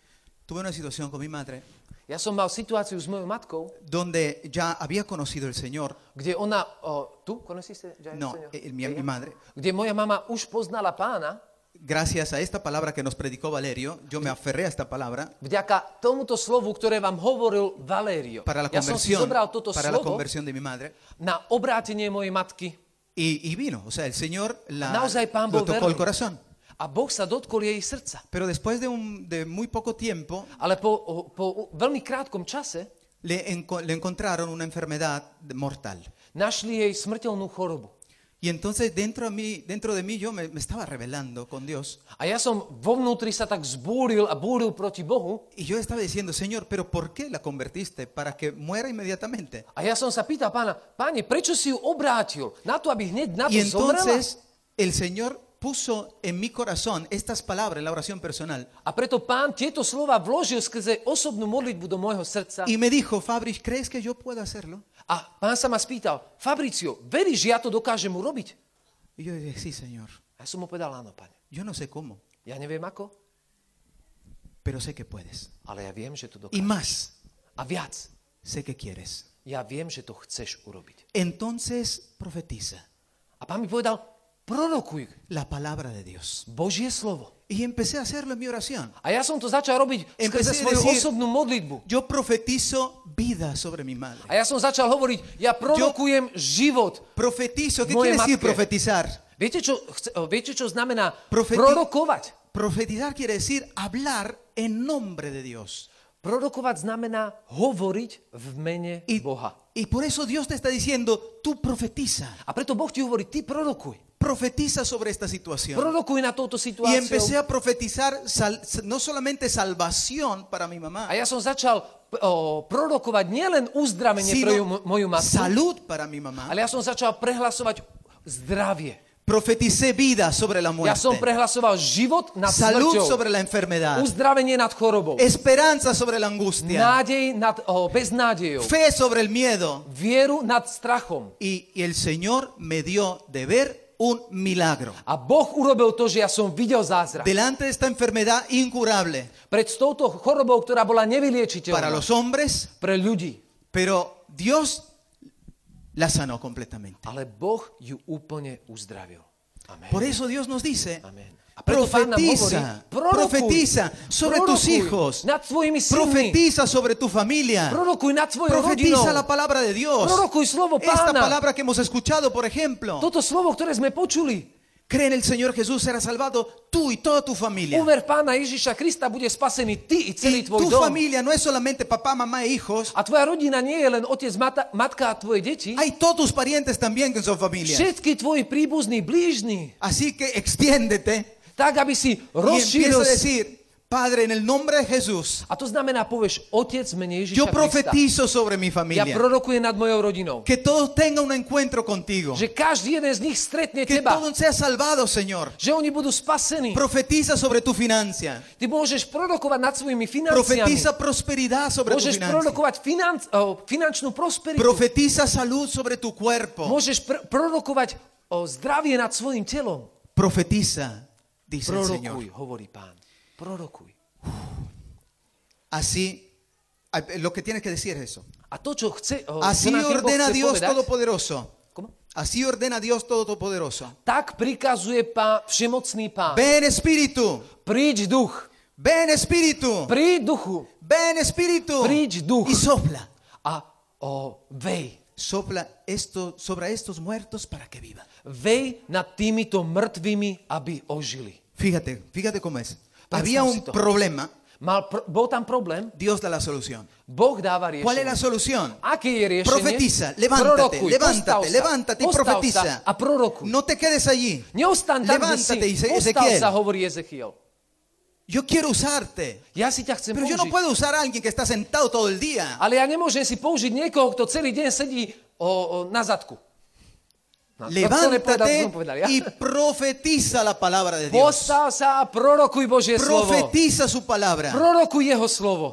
Tuve una situación con mi madre Ja som mal situáciu s mojou matkou, donde ya había conocido el Señor. kde ona... O, tu? Conociste? ya el No, Señor? eh, mi, mi Ella? madre. Kde moja mama už poznala pána, Gracias a esta palabra que nos predicó Valerio, yo me aferré a esta palabra vďaka tomuto slovu, ktoré vám hovoril Valério. para la Ja som si conversión, zobral toto para la slovo conversión de mi madre. na obrátenie mojej matky Y, y vino, o sea, el Señor la, Naozaj pán lo bol tocó el verný. corazón. a Boh sa dotkol jej srdca. Pero después de, un- de muy poco tiempo Ale po, o, po u- veľmi krátkom čase le, enco- le encontraron una enfermedad de- mortal. našli jej smrteľnú chorobu. Y entonces dentro de mí, dentro de mí yo me, me estaba rebelando con Dios. A ja som vo vnútri sa tak zbúril a búril proti Bohu Y yo estaba diciendo, Señor, ¿pero por qué la convertiste? Para que muera inmediatamente. a ja som sa pýtal pána, páne, prečo si ju obrátil? Na to, aby hneď na to Y zomrela? entonces el Señor puso en mi corazón estas palabras, la oración personal. A preto pán tieto slova vložil skrze osobnú modlitbu do môjho srdca. Y me dijo, Fabriz, ¿crees que yo puedo hacerlo? A pán sa ma spýtal, Fabricio, veríš, že ja to dokážem urobiť? Y yo dije, sí, Señor. A ja som mu povedal, áno, pane. Yo no sé cómo, Ja neviem ako, pero sé que puedes. ale ja viem, že to Y dokážem. más, A viac, sé que quieres. ja viem, že to chceš urobiť. Entonces profetiza A pán mi povedal, prorokuj la palabra de Dios. Božie slovo. Y empecé a hacerlo en mi oración. A ja som to začal robiť skrze Empecé a svoju decir- osobnú modlitbu. Yo profetizo vida sobre mi madre. A ja som začal hovoriť, ja prorokujem život. Profetizo, ¿qué Moje quiere decir matke. profetizar? Viete čo, chce, o, viete, čo znamená Profeti- prorokovať? Profetizar quiere decir hablar en nombre de Dios. Prorokovať znamená hovoriť v mene Y, Boha. y por eso Dios te está diciendo, tú profetiza, A preto Boh ti hovorí, ty prorokuj. profetiza sobre esta situación. Prorokuj na touto Y empecé situáciou. a profetizar sal- no solamente salvación para mi mamá, A ja som začal p- o, prorokovať nielen uzdravenie pre ju, sino moju matku, salud para mi mamá. ale ja som začal prehlasovať zdravie. Profeticé vida sobre la Ja muerte, som prehlasoval život nad salud smrťou, sobre la enfermedad, uzdravenie nad chorobou, esperanza sobre la angustia, nádej nad o, beznádejou, fe sobre el miedo. vieru nad strachom. Y, y el Señor me dio de ver un milagro. A Boh urobil to, že ja som videl zázrak. Delante de esta enfermedad incurable Pred touto chorobou, ktorá bola para nevyliečiteľná los hombres, pre ľudí. pero Dios la sanó completamente. Ale Boh ju úplne uzdravil. Amen. Por eso Dios nos dice, Amen. A preto Pán nám hovorí, profetiza, profetiza prorokuj, sobre tus prorokuj hijos, nad svojimi synmi, profetiza sobre tu familia, prorokuj nad svojou rodinou. profetiza la palabra de Dios. Prorokuj slovo Esta Pána. palabra que hemos escuchado, por ejemplo, Toto slovo, ktoré sme počuli, cree en el Señor Jesús, será salvado tú y toda tu familia. uver Pána Ježiša Krista, bude spasený ty i Y celý tvoj tu dom. familia no es solamente papá, mamá e hijos, A tvoja rodina nie je len otec, mata, matka a tvoje deti. Hay todos tus parientes también que son familia. Všetky tvoji príbuzní, blížni. Así que extiéndete Tak, aby y si empieza rozšíril... a decir, Padre, en el nombre de Jesús, A to znamená, povieš, otec mene Ježiša yo Krista. profetizo sobre mi Ja familia. prorokujem nad mojou rodinou. Que todos tengan un encuentro contigo. Že každý jeden z nich stretne Que teba. todos sean salvados, Señor. Že oni budú spasení. Profetiza sobre tu financia. Ty môžeš prorokovať nad svojimi financiami. Profetiza prosperidad sobre tu Môžeš financia. prorokovať financ, o, finančnú prosperitu. Profetiza salud sobre tu cuerpo. Môžeš pr- prorokovať o, zdravie nad svojim telom. Profetiza, dice el Señor. Prorokuj, hovorí pán. Prorokuj. Así, eh, lo que tienes que decir es eso. A to, čo chce... O, Así čo nám tým Boh ordena chce Dios povedať, Todopoderoso. Komu? Así ordena Dios Todopoderoso. Tak prikazuje pán, všemocný pán. Ven Espíritu, Príď duch. ven Espíritu, Príď duchu. ven Espíritu. Príď duch. Y sopla, A o, vej. sopla esto, sobre estos muertos para que vivan. Vej nad týmito mŕtvými, aby ožili. Fíjate, fíjate cómo es. Pensamos Había un esto. problema, Mal pr- bol tam problém, Dios da la solución. Boh dáva riešenie. ¿Cuál es la solución? Aké je riešenie? Profetiza, levántate, prorokuj, postav levántate, sa, levántate y postav profetiza. sa a prorokuj. No te quedes allí. Neostaň tam, kde si. Levántate, dice Postav Ezequiel. sa, hovorí Ezechiel. Yo quiero usarte. Ja si ťa chcem Pero yo no použiť. puedo usar a alguien que está sentado todo el día. Ale ja nemôžem si použiť niekoho, kto celý deň sedí o, o, na zadku. No, to chcel nepovedať, to Levántate som povedal ja. y profetiza la palabra de Dios. Postav sa a prorokuj Božie slovo. Profetiza su palabra. Prorokuj Jeho slovo.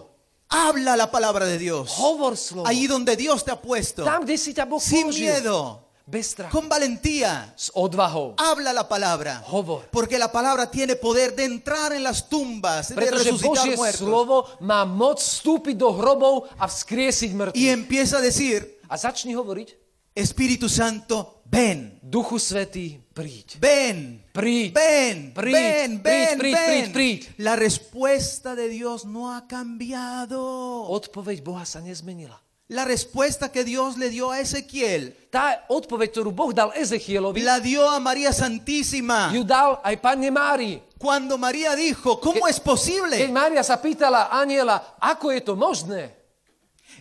Habla la palabra de Dios. Hovor slovo. Allí donde Dios te ha puesto. Tam, kde si ťa Boh Sin použil. miedo. Bez strachu. Con valentía. S odvahou. Habla la palabra. Hovor. Porque la palabra tiene poder de entrar en las tumbas, de Pretože resucitar Božie muertos. slovo má moc vstúpiť do hrobov a vzkriesiť Y mŕtvych. empieza a decir, A začni hovoriť, Espíritu Santo, ven, Duchu Svetý, príď. ven, Príď. ven, Príď, ven, príď, ven, príď, príď, príď. ven. La respuesta de Dios no ha cambiado. Odpoveď Boha sa nezmenila. La respuesta que Dios le dio a Ezequiel, Tá odpoveď, ktorú Boh dal Ezechielovi, la dio a María Santísima. ju dal aj Panne Márii. Cuando María dijo, ¿cómo es Keď posible? Mária sa pýtala Aniela, ako je to možné?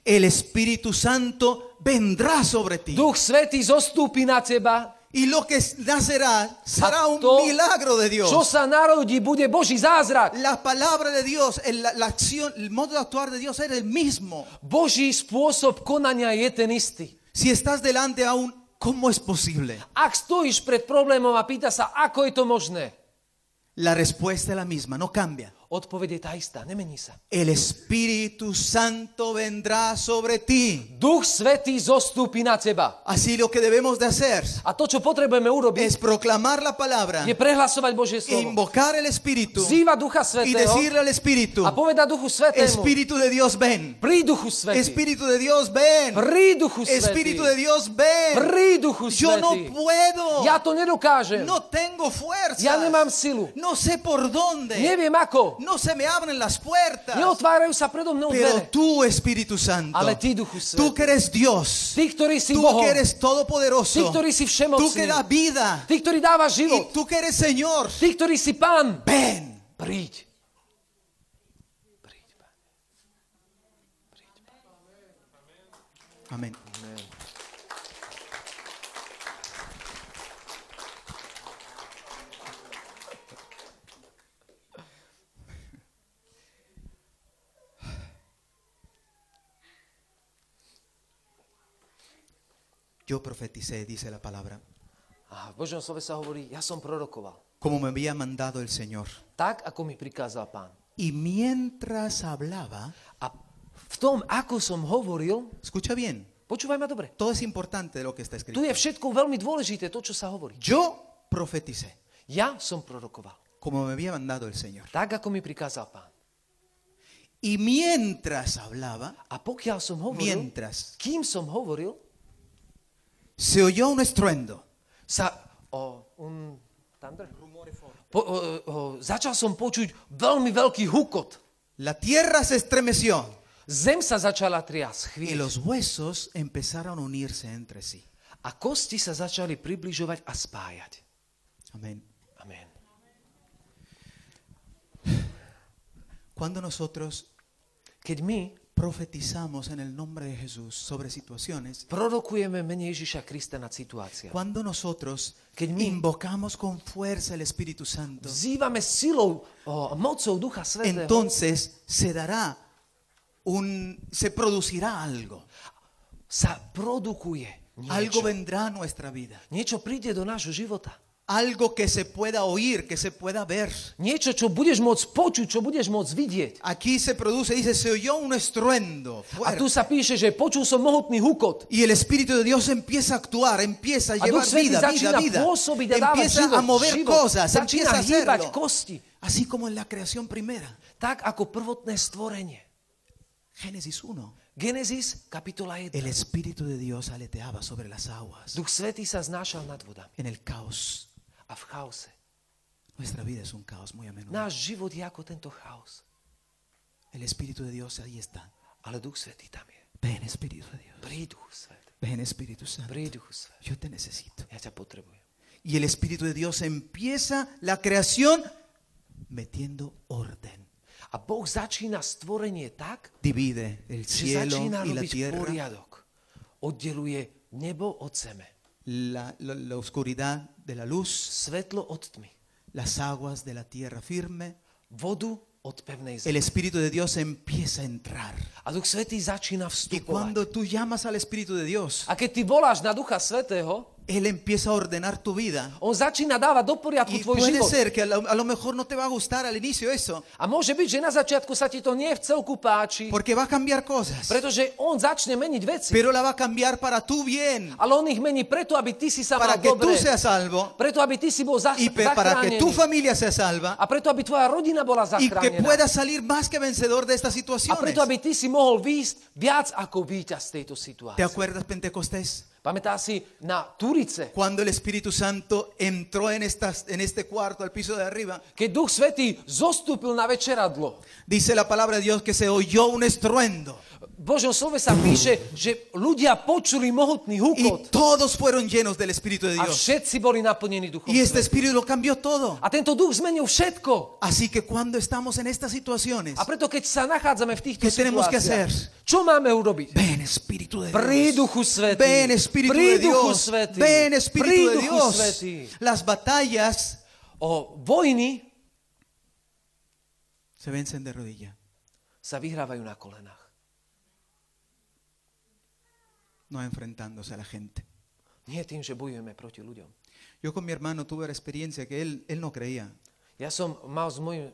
El Espíritu Santo vendrá sobre ti. Duch Svetý zostúpi na teba Y lo que nacerá será a un to, milagro de čo Dios. sa narodí, bude Boží zázrak. La palabra de Dios, el- la, la acción, el modo de actuar de Dios era el mismo. Boží spôsob konania je ten istý. Si estás delante aún, ¿cómo es posible? Ak stojíš pred problémom a pýta sa, ako je to možné, La respuesta es la misma, no cambia. odpoveď je tá istá, nemení sa. El Espíritu Santo vendrá sobre ti. Duch Svetý zostúpi na teba. Así lo que debemos de hacer A to, čo potrebujeme urobiť, es proclamar la palabra, je prehlasovať Božie slovo. invocar el Espíritu Vzývať Ducha y Svetého decirle al Espíritu, a povedať Duchu Svetému, Espíritu de Dios, ven. príď Duchu Svetý, Espíritu de Dios, ven. príď Duchu Espíritu de Svetý, Dios, ven. príď Duchu Yo no Svetý. puedo. Ja to nedokážem. No tengo fuerza. Ja nemám silu. No sé por dónde. Neviem ako. No se me abren las puertas. Neotvárajú sa predo mnou Pero dvere. tú, Espíritu Santo, Ale ty, Duchu Svetý. tú que eres Dios, Ty, ktorý si tú Bohom. que eres todopoderoso, Ty, ktorý si všemocný. tú que da vida, Ty, ktorý dávaš y život. tú que eres Señor, Ty, ktorý si Pán. ven. Príď. Príď, Pane. Príď, Pane. Amén. Yo profeticé, dice la palabra, A v Božom slove sa hovorí, ja som prorokoval. como me había mandado el Señor. Tak, ako mi prikázal Pán. Y mientras hablaba, A v tom, ako som hovoril, escucha bien, počúvaj ma dobre, todo es importante de lo que está tu escrito. je všetko veľmi dôležité, to, čo sa hovorí. Yo profeticé, Ja som prorokoval. como me había mandado el Señor. Tak, ako mi prikázal Pán. Y mientras hablaba, A pokiaľ som hovoril, mientras kým som hovoril, se oyó un estruendo sa o, un, thunder? Po, o, o, začal som počuť veľmi veľký hukot. la tierra se estremeció Zem sa začala triasť y chvíľu los huesos empezaron a unirse entre sí a kosti sa začali približovať a spájať. amén Amen. cuando nosotros Keď my profetizamos en el nombre de Jesús sobre situaciones prorokujeme mene Ježiša Krista nad situáciou, cuando nosotros Que en mí- invocamos con fuerza el Espíritu Santo vzývame silou, o, mocou Ducha Svetého, entonces se dará un se producirá algo sa produkuje algo niečo. vendrá a nuestra vida Niečo príde do nášho života. algo que se pueda oír que se pueda ver Niečo, čo budeš môcť počuť, čo budeš môcť vidieť. Aquí se produce, dice, se oyó un estruendo A fuerte. tu sa píše, že počul som mohutný hukot. Y el Espíritu de Dios empieza a actuar, empieza a A Duch llevar Svetý vida, vida, začína vida. pôsobiť a dávať Empieza život, a mover život. cosas, Začína empieza a hýbať hacerlo. kosti. Así como en la creación primera, Tak ako prvotné stvorenie. Génesis 1. Genesis, kapitola 1. El Espíritu de Dios aleteaba sobre las aguas, Duch Svetý sa znášal nad vodami en el caos. a v chaose. Nuestra vida es un caos muy a menudo. Náš život je ako tento chaos. El Espíritu de Dios ahí está. Ale Duch Svetý tam je. Ven Espíritu de Dios, Príď, Duchu Svetý. ven Espíritu Santo, Príď, Duchu Svetý. yo te necesito. Ja ťa potrebujem. Y el Espíritu de Dios empieza la creación metiendo orden. A Boh začína stvorenie tak, divide el že cielo začína y la robiť tierra, poriadok. Oddeluje nebo od zeme. la, la- la oscuridad de la luz, Svetlo od tmy. las aguas de la tierra firme, vodu od pevnej zeme. el Espíritu de Dios empieza a entrar. A Duch Svetý začína Y vstupovať. cuando tú llamas al Espíritu de Dios, A keď ty voláš na Ducha Svetého, Él empieza a ordenar tu vida. on začína dávať do poriadku Y tvoj puede život. ser que a lo, a lo mejor no te va a gustar al inicio eso, A môže byť, že na začiatku sa ti to nie v celku páči, porque va a cambiar cosas, pretože on začne meniť veci. pero la va a cambiar para tu bien, Ale on ich mení preto, aby ty si sa mal Ah, para Ah, que tú dobre. seas salvo Preto, aby ty si bol zach- y pe- para que zachránený. tu familia sea salva A preto, aby tvoja rodina bola y que zachránená. puedas salir más que vencedor de estas A situaciones. preto, aby ty si mohol výjsť viac ako víťaz z tejto ¿Te situácie. acuerdas Pentecostés? Pamätá si na Turice, Cuando el Espíritu Santo entró en, estas, en este cuarto, al piso de arriba, keď Duch Svetý zostúpil na večeradlo. dice la palabra de Dios que se oyó un estruendo V Božom slove sa píše, že ľudia počuli mohutný y húkot todos fueron llenos del Espíritu de a Dios. všetci boli naplnení Duchom Y este Svetým. Espíritu lo cambió todo. A tento Duch zmenil všetko. Así que cuando estamos en estas situaciones, A preto, keď sa nachádzame v týchto ¿Qué tenemos que hacer? situáciách, čo máme urobiť? ven Espíritu de Príď, Dios. Duchu Svetý. Ven Espíritu de Príď, Duchu Dios. Svetý. Ven Espíritu Príď, de Duchu Dios. Svetý. Las batallas O vojny se vencen de rodilla, sa vyhrávajú na kolenách. no enfrentándose a la gente. Nie tým, že bojujeme proti ľuďom. Yo con mi hermano tuve la experiencia que él, él no creía. Ja som mal s, mojim, eh,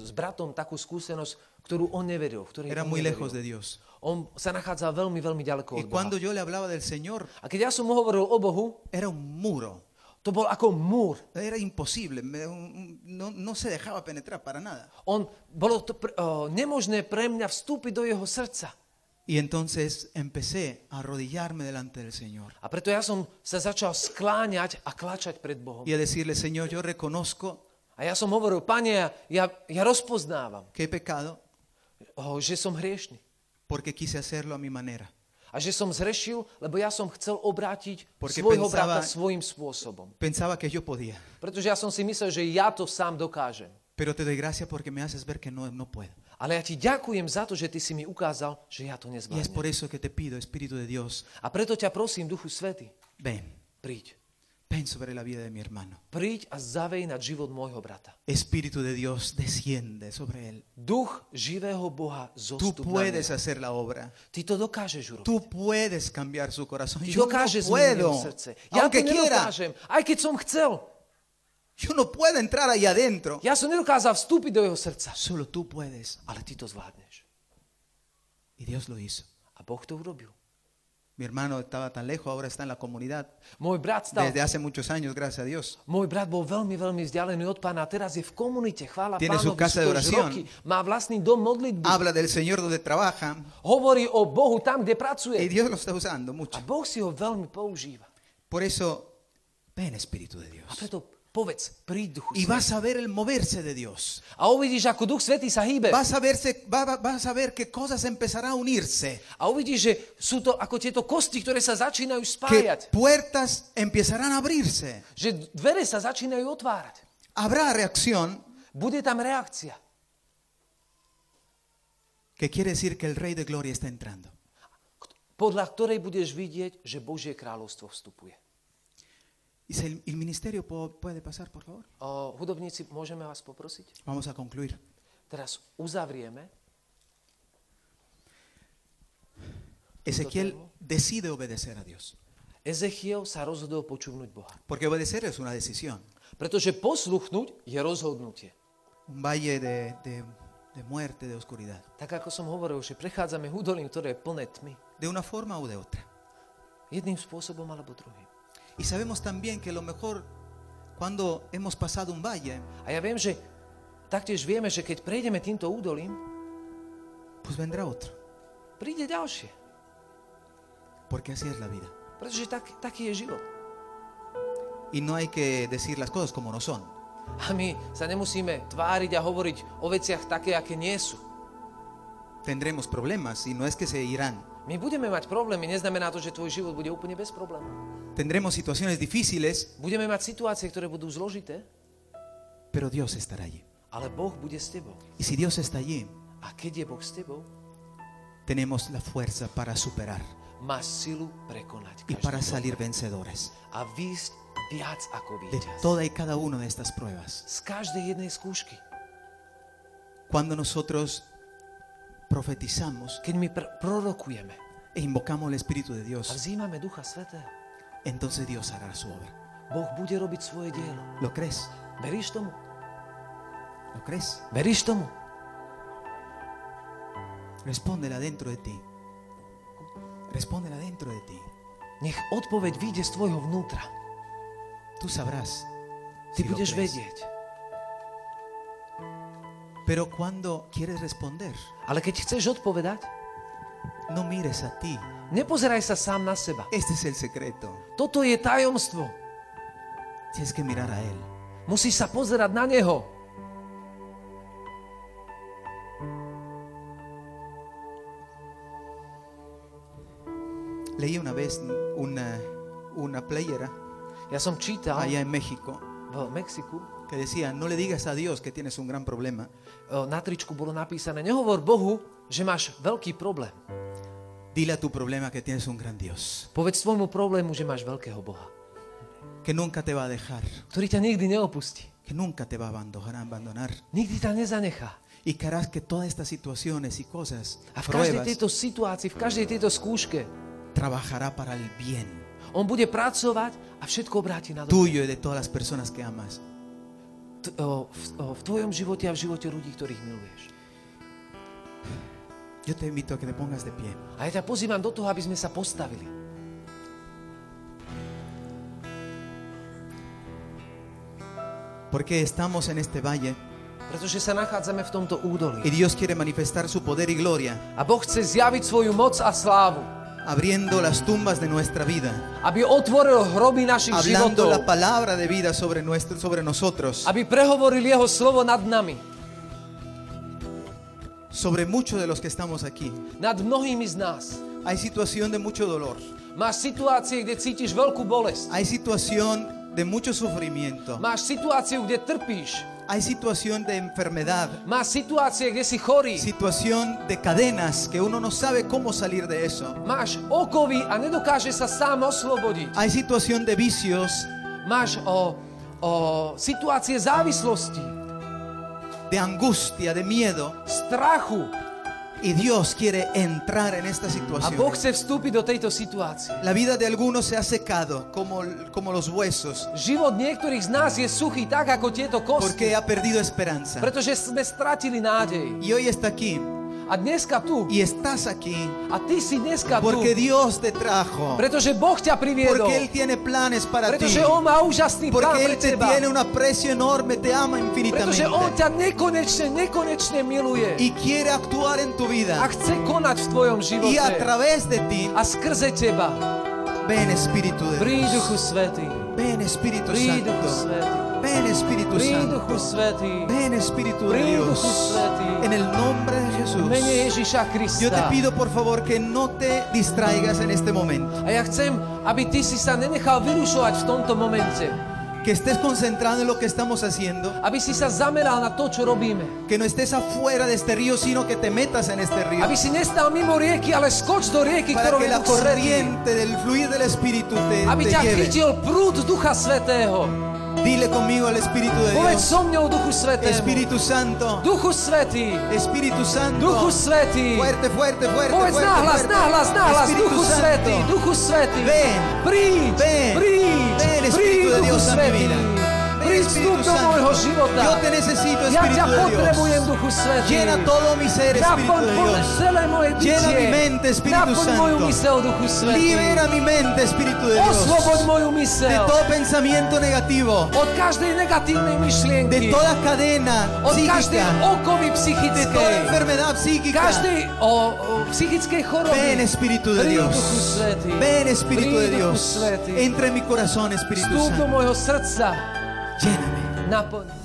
s bratom takú skúsenosť, ktorú on neveril. v Ktorej Era on, muy neveril. lejos de Dios. on sa nachádza veľmi, veľmi Y ďaleko od Boha. cuando yo le hablaba del Señor, A keď ja som mu hovoril o Bohu, era un muro. to bol ako múr. Era imposible. me- un- no, no se dejaba penetrar para nada. On, bolo to pr- o, nemožné pre mňa vstúpiť do jeho srdca. Y entonces empecé a arrodillarme delante del Señor A preto ja som sa začal skláňať a klačať pred Bohom. y a decirle, Señor, yo reconozco A ja som hovoril, pane, ja, ja, ja rozpoznávam, que he pecado o, že som hriešný. porque quise hacerlo a mi manera. A že som zrešil, lebo ja som chcel obrátiť Porque svojho pensaba- brata svojím spôsobom. Pensaba que yo podía, Pretože ja som si myslel, že ja to sám dokážem. pero te doy gracias porque me haces ver que no, no puedo. Ale ja ti ďakujem za to, že ty si mi ukázal, že ja to Y es nezvládnem. por eso que te pido, Espíritu de Dios, A preto ťa prosím, Duchu Svety, ven, príď. ven sobre la vida de mi hermano. Príď a zavej nad život môjho brata. Espíritu de Dios, desciende sobre él. Duch živého Boha Tú zostup na puedes neho. hacer la obra. Ty to dokážeš urobiť. Tú puedes cambiar su corazón. Ty Yo dokážeš no zmeniť jeho puedo. srdce. Ja to Aunque quiera, nedokážem, aj keď som chcel. yo no puedo entrar ahí adentro. Ja som nedokázal vstúpiť do jeho srdca. Solo tú puedes. Ale ty to zvládneš. Y Dios lo hizo. A Boh to urobil. Mi hermano estaba tan lejos, ahora está en la comunidad. Môj brat stal Desde hace muchos años, gracias a Dios. Môj brat bol veľmi, veľmi vzdialený od pána a teraz je v komunite, chvála Tiene su pánovi, casa de 100 oración. roky, má vlastný dom modlitby, Habla del Señor donde trabaja. hovorí o Bohu tam, kde pracuje Y Dios lo está usando a mucho. Boh si ho veľmi používa. Por eso, ven Espíritu de A Dios. preto povedz, príď Duchu Y Svetý. vas a ver el moverse de Dios. A uvidíš, ako Duch Svetý sa hýbe. Vas a, verse, va- va- vas a ver qué cosas empezará a unirse. A uvidíš, že sú to ako tieto kosti, ktoré sa začínajú Que spájať. puertas empezarán a abrirse. Že dvere sa začínajú otvárať. Habrá reacción, Bude tam reakcia. que quiere decir que el Rey de Gloria está entrando. k- podľa ktorej budeš vidieť, že Božie kráľovstvo vstupuje. Dice, ¿el, el ministerio po- puede pasar, por favor? O, hudobníci, môžeme vás poprosiť? Vamos a concluir. Teraz uzavrieme. Ezequiel decide obedecer a Dios. Ezechiel sa rozhodol počúvnuť Boha. Porque obedecer es una decisión. Pretože posluchnúť je rozhodnutie. Un valle de, de- de muerte, de oscuridad. Tak ako som hovoril, že prechádzame hudolím, ktoré je plné tmy. De una forma u de otra. Jedným spôsobom alebo druhým. Y sabemos también que lo mejor, cuando hemos pasado un valle, A ja viem, že taktiež vieme, že keď prejdeme týmto údolím, pues vendrá otro. príde ďalšie. Porque así es la vida. Pretože tak, taký je život. Y no hay que decir las cosas como no son. A my sa nemusíme tváriť a hovoriť o veciach také, aké nie sú. Tendremos problemas y no es que se irán. My budeme mať problémy, neznamená to, že tvoj život bude úplne bez problémov. Tendremos situaciones difíciles, Budeme mať situácie, ktoré budú zložité, pero Dios estará allí. ale Boh bude s tebou. Y si Dios está allí, A keď je Boh s tebou, tenemos la fuerza para superar máš silu prekonať y každý para problém. salir vencedores a výjsť viac ako de víťaz. toda y cada una de estas pruebas. Z každej jednej skúšky. Cuando nosotros profetizamos keď my pr- prorokujeme e invocamos el Espíritu de a Dios, vzývame Ducha Svetého, entonces Dios hará su obra. Boh bude robiť svoje dielo. ¿Lo crees? Veríš tomu? ¿Lo crees? Veríš tomu? Respóndela dentro de ti. Respóndela dentro de ti. Nech odpoveď vyjde z tvojho vnútra. Tú sabrás. Ty si lo budeš crees. vedieť. Pero cuando quieres responder, Ale keď chceš odpovedať, no mires a ti. nepozeraj sa sám na seba. Este es el secreto. Toto je tajomstvo. Tienes que mirar a Él. Musíš sa pozerať na Neho. Leí una vez una, una playera Ja som čítal allá en México v Mexiku, que decía, no le digas a Dios que tienes un gran problema, o, e, na tričku bolo napísané, nehovor Bohu, že máš veľký problém. dile a tu problema que tienes un gran Dios, Povedz tvojmu problému, že máš veľkého Boha, que nunca te va a dejar, ktorý ťa nikdy neopustí. que nunca te va a abandonar, abandonar Nikdy ťa nezanechá. y que harás que todas estas situaciones y cosas, A v každej pruebas, tejto situácii, v každej tejto skúške, trabajará para el bien on bude pracovať a všetko obráti na dobro. tuyo y de todas las personas que amas. T- e, o, v, o, v tvojom živote a v živote ľudí, ktorých miluješ. Yo te invito a que te pongas de pie. A ja ťa pozývam do toho, aby sme sa postavili. Porque estamos en este valle Pretože sa nachádzame v tomto y údolí. Dios quiere manifestar su poder y gloria, A Boh chce zjaviť svoju moc a slávu. abriendo las tumbas de nuestra vida, Aby otvoril hroby našich hablando životov. la palabra de vida sobre, nuestro, sobre nosotros, Aby prehovoril Jeho slovo nad nami. sobre muchos de los que estamos aquí. Nad mnohými z nás. Hay situación de mucho dolor, Máš situácie, kde cítiš veľkú bolesť. hay situación de mucho sufrimiento, Máš situáciu, kde trpíš. hay situación de enfermedad, Máš situácie, kde si chorý. situación de cadenas que uno no sabe cómo salir de eso. Máš okovy a nedokáže sa sám oslobodiť. Hay situación de vicios, Máš o, o situácie závislosti, de angustia, de miedo, strachu. y Dios quiere entrar en esta A Boh situación. chce vstúpiť do tejto situácie. La vida de algunos se ha secado como, como los huesos Život niektorých z nás je suchý tak, ako tieto kosti. porque ha perdido esperanza. Pretože sme stratili nádej. Y hoy está aquí A dneska tu. y estás aquí A ty si dneska tu. porque Dios te trajo, Pretože Boh ťa priviedol. porque Él tiene planes para ti, Pretože On má úžasný plán porque Él pre te teba. tiene un aprecio enorme, te ama Pretože infinitamente On ťa nekonečne, nekonečne miluje. y quiere actuar en tu A vida chce konať v tvojom y a živote. través de ti. A skrze teba. Ven Espíritu de Príď Duchu Dios, Svetý. ven Espíritu Príď Duchu Santo, Svetý. ven Espíritu Príď Santo, Duchu Svetý. ven Espíritu de Príď, Duchu Dios, Santo. en el nombre de V Jesús. mene Ježiša Yo te Krista. pido por favor que no te distraigas en este momento, A ja chcem, aby ty si sa nenechal vyrušovať v tomto momente. que estés concentrado en lo que estamos haciendo, Aby si sa zameral na to, čo robíme. que no estés afuera de este río, sino que te metas en este río, Aby si nestal mimo rieky, ale skoč do rieky, para ktorou que je la Duch Svetý. corriente del fluir del Espíritu te, Aby te ťa lleve. chytil prúd Ducha Svetého. Dile conmigo al Espíritu de Povedz Dios, so mnou Duchu Svetému. Espíritu Santo, Duchu Svetý. Espíritu Santo, Duchu Svetý. fuerte, fuerte, fuerte, Povedz fuerte, nahlas, fuerte. nahlas, nahlas. Espíritu Duchu Santo, Svetý, Duchu Svetý. Ven. príď, Ven. príď, Ven, príď, Espíritu de Duchu Dios a mi Svetý. vida. Ven, Príď vstup Espíritu do môjho Santo. života. Yo te necesito, Ja ťa Espíritu de potrebujem, Dios. Duchu Svetý. Llena todo mi ser, Espíritu Napon de moje Dios. celé moje bytie. Llena mi mente, Espíritu Naplň moju Santo. mysel, Duchu Svetý. Libera mi mente, Espíritu de Dios, Osloboď moju de mysel. todo pensamiento negativo, Od každej negatívnej de myšlienky. toda cadena Od každej psíquica, okovy de toda psychickej. enfermedad psíquica. každej o, o psychickej choroby. Ven, Espíritu de Príď, Dios. Duchu Svetý. Ven, Espíritu de Príď, Duchu Dios. Svetý. Entra en mi corazón, Espíritu Vstup do Santo. môjho srdca. Lléname. Naplň.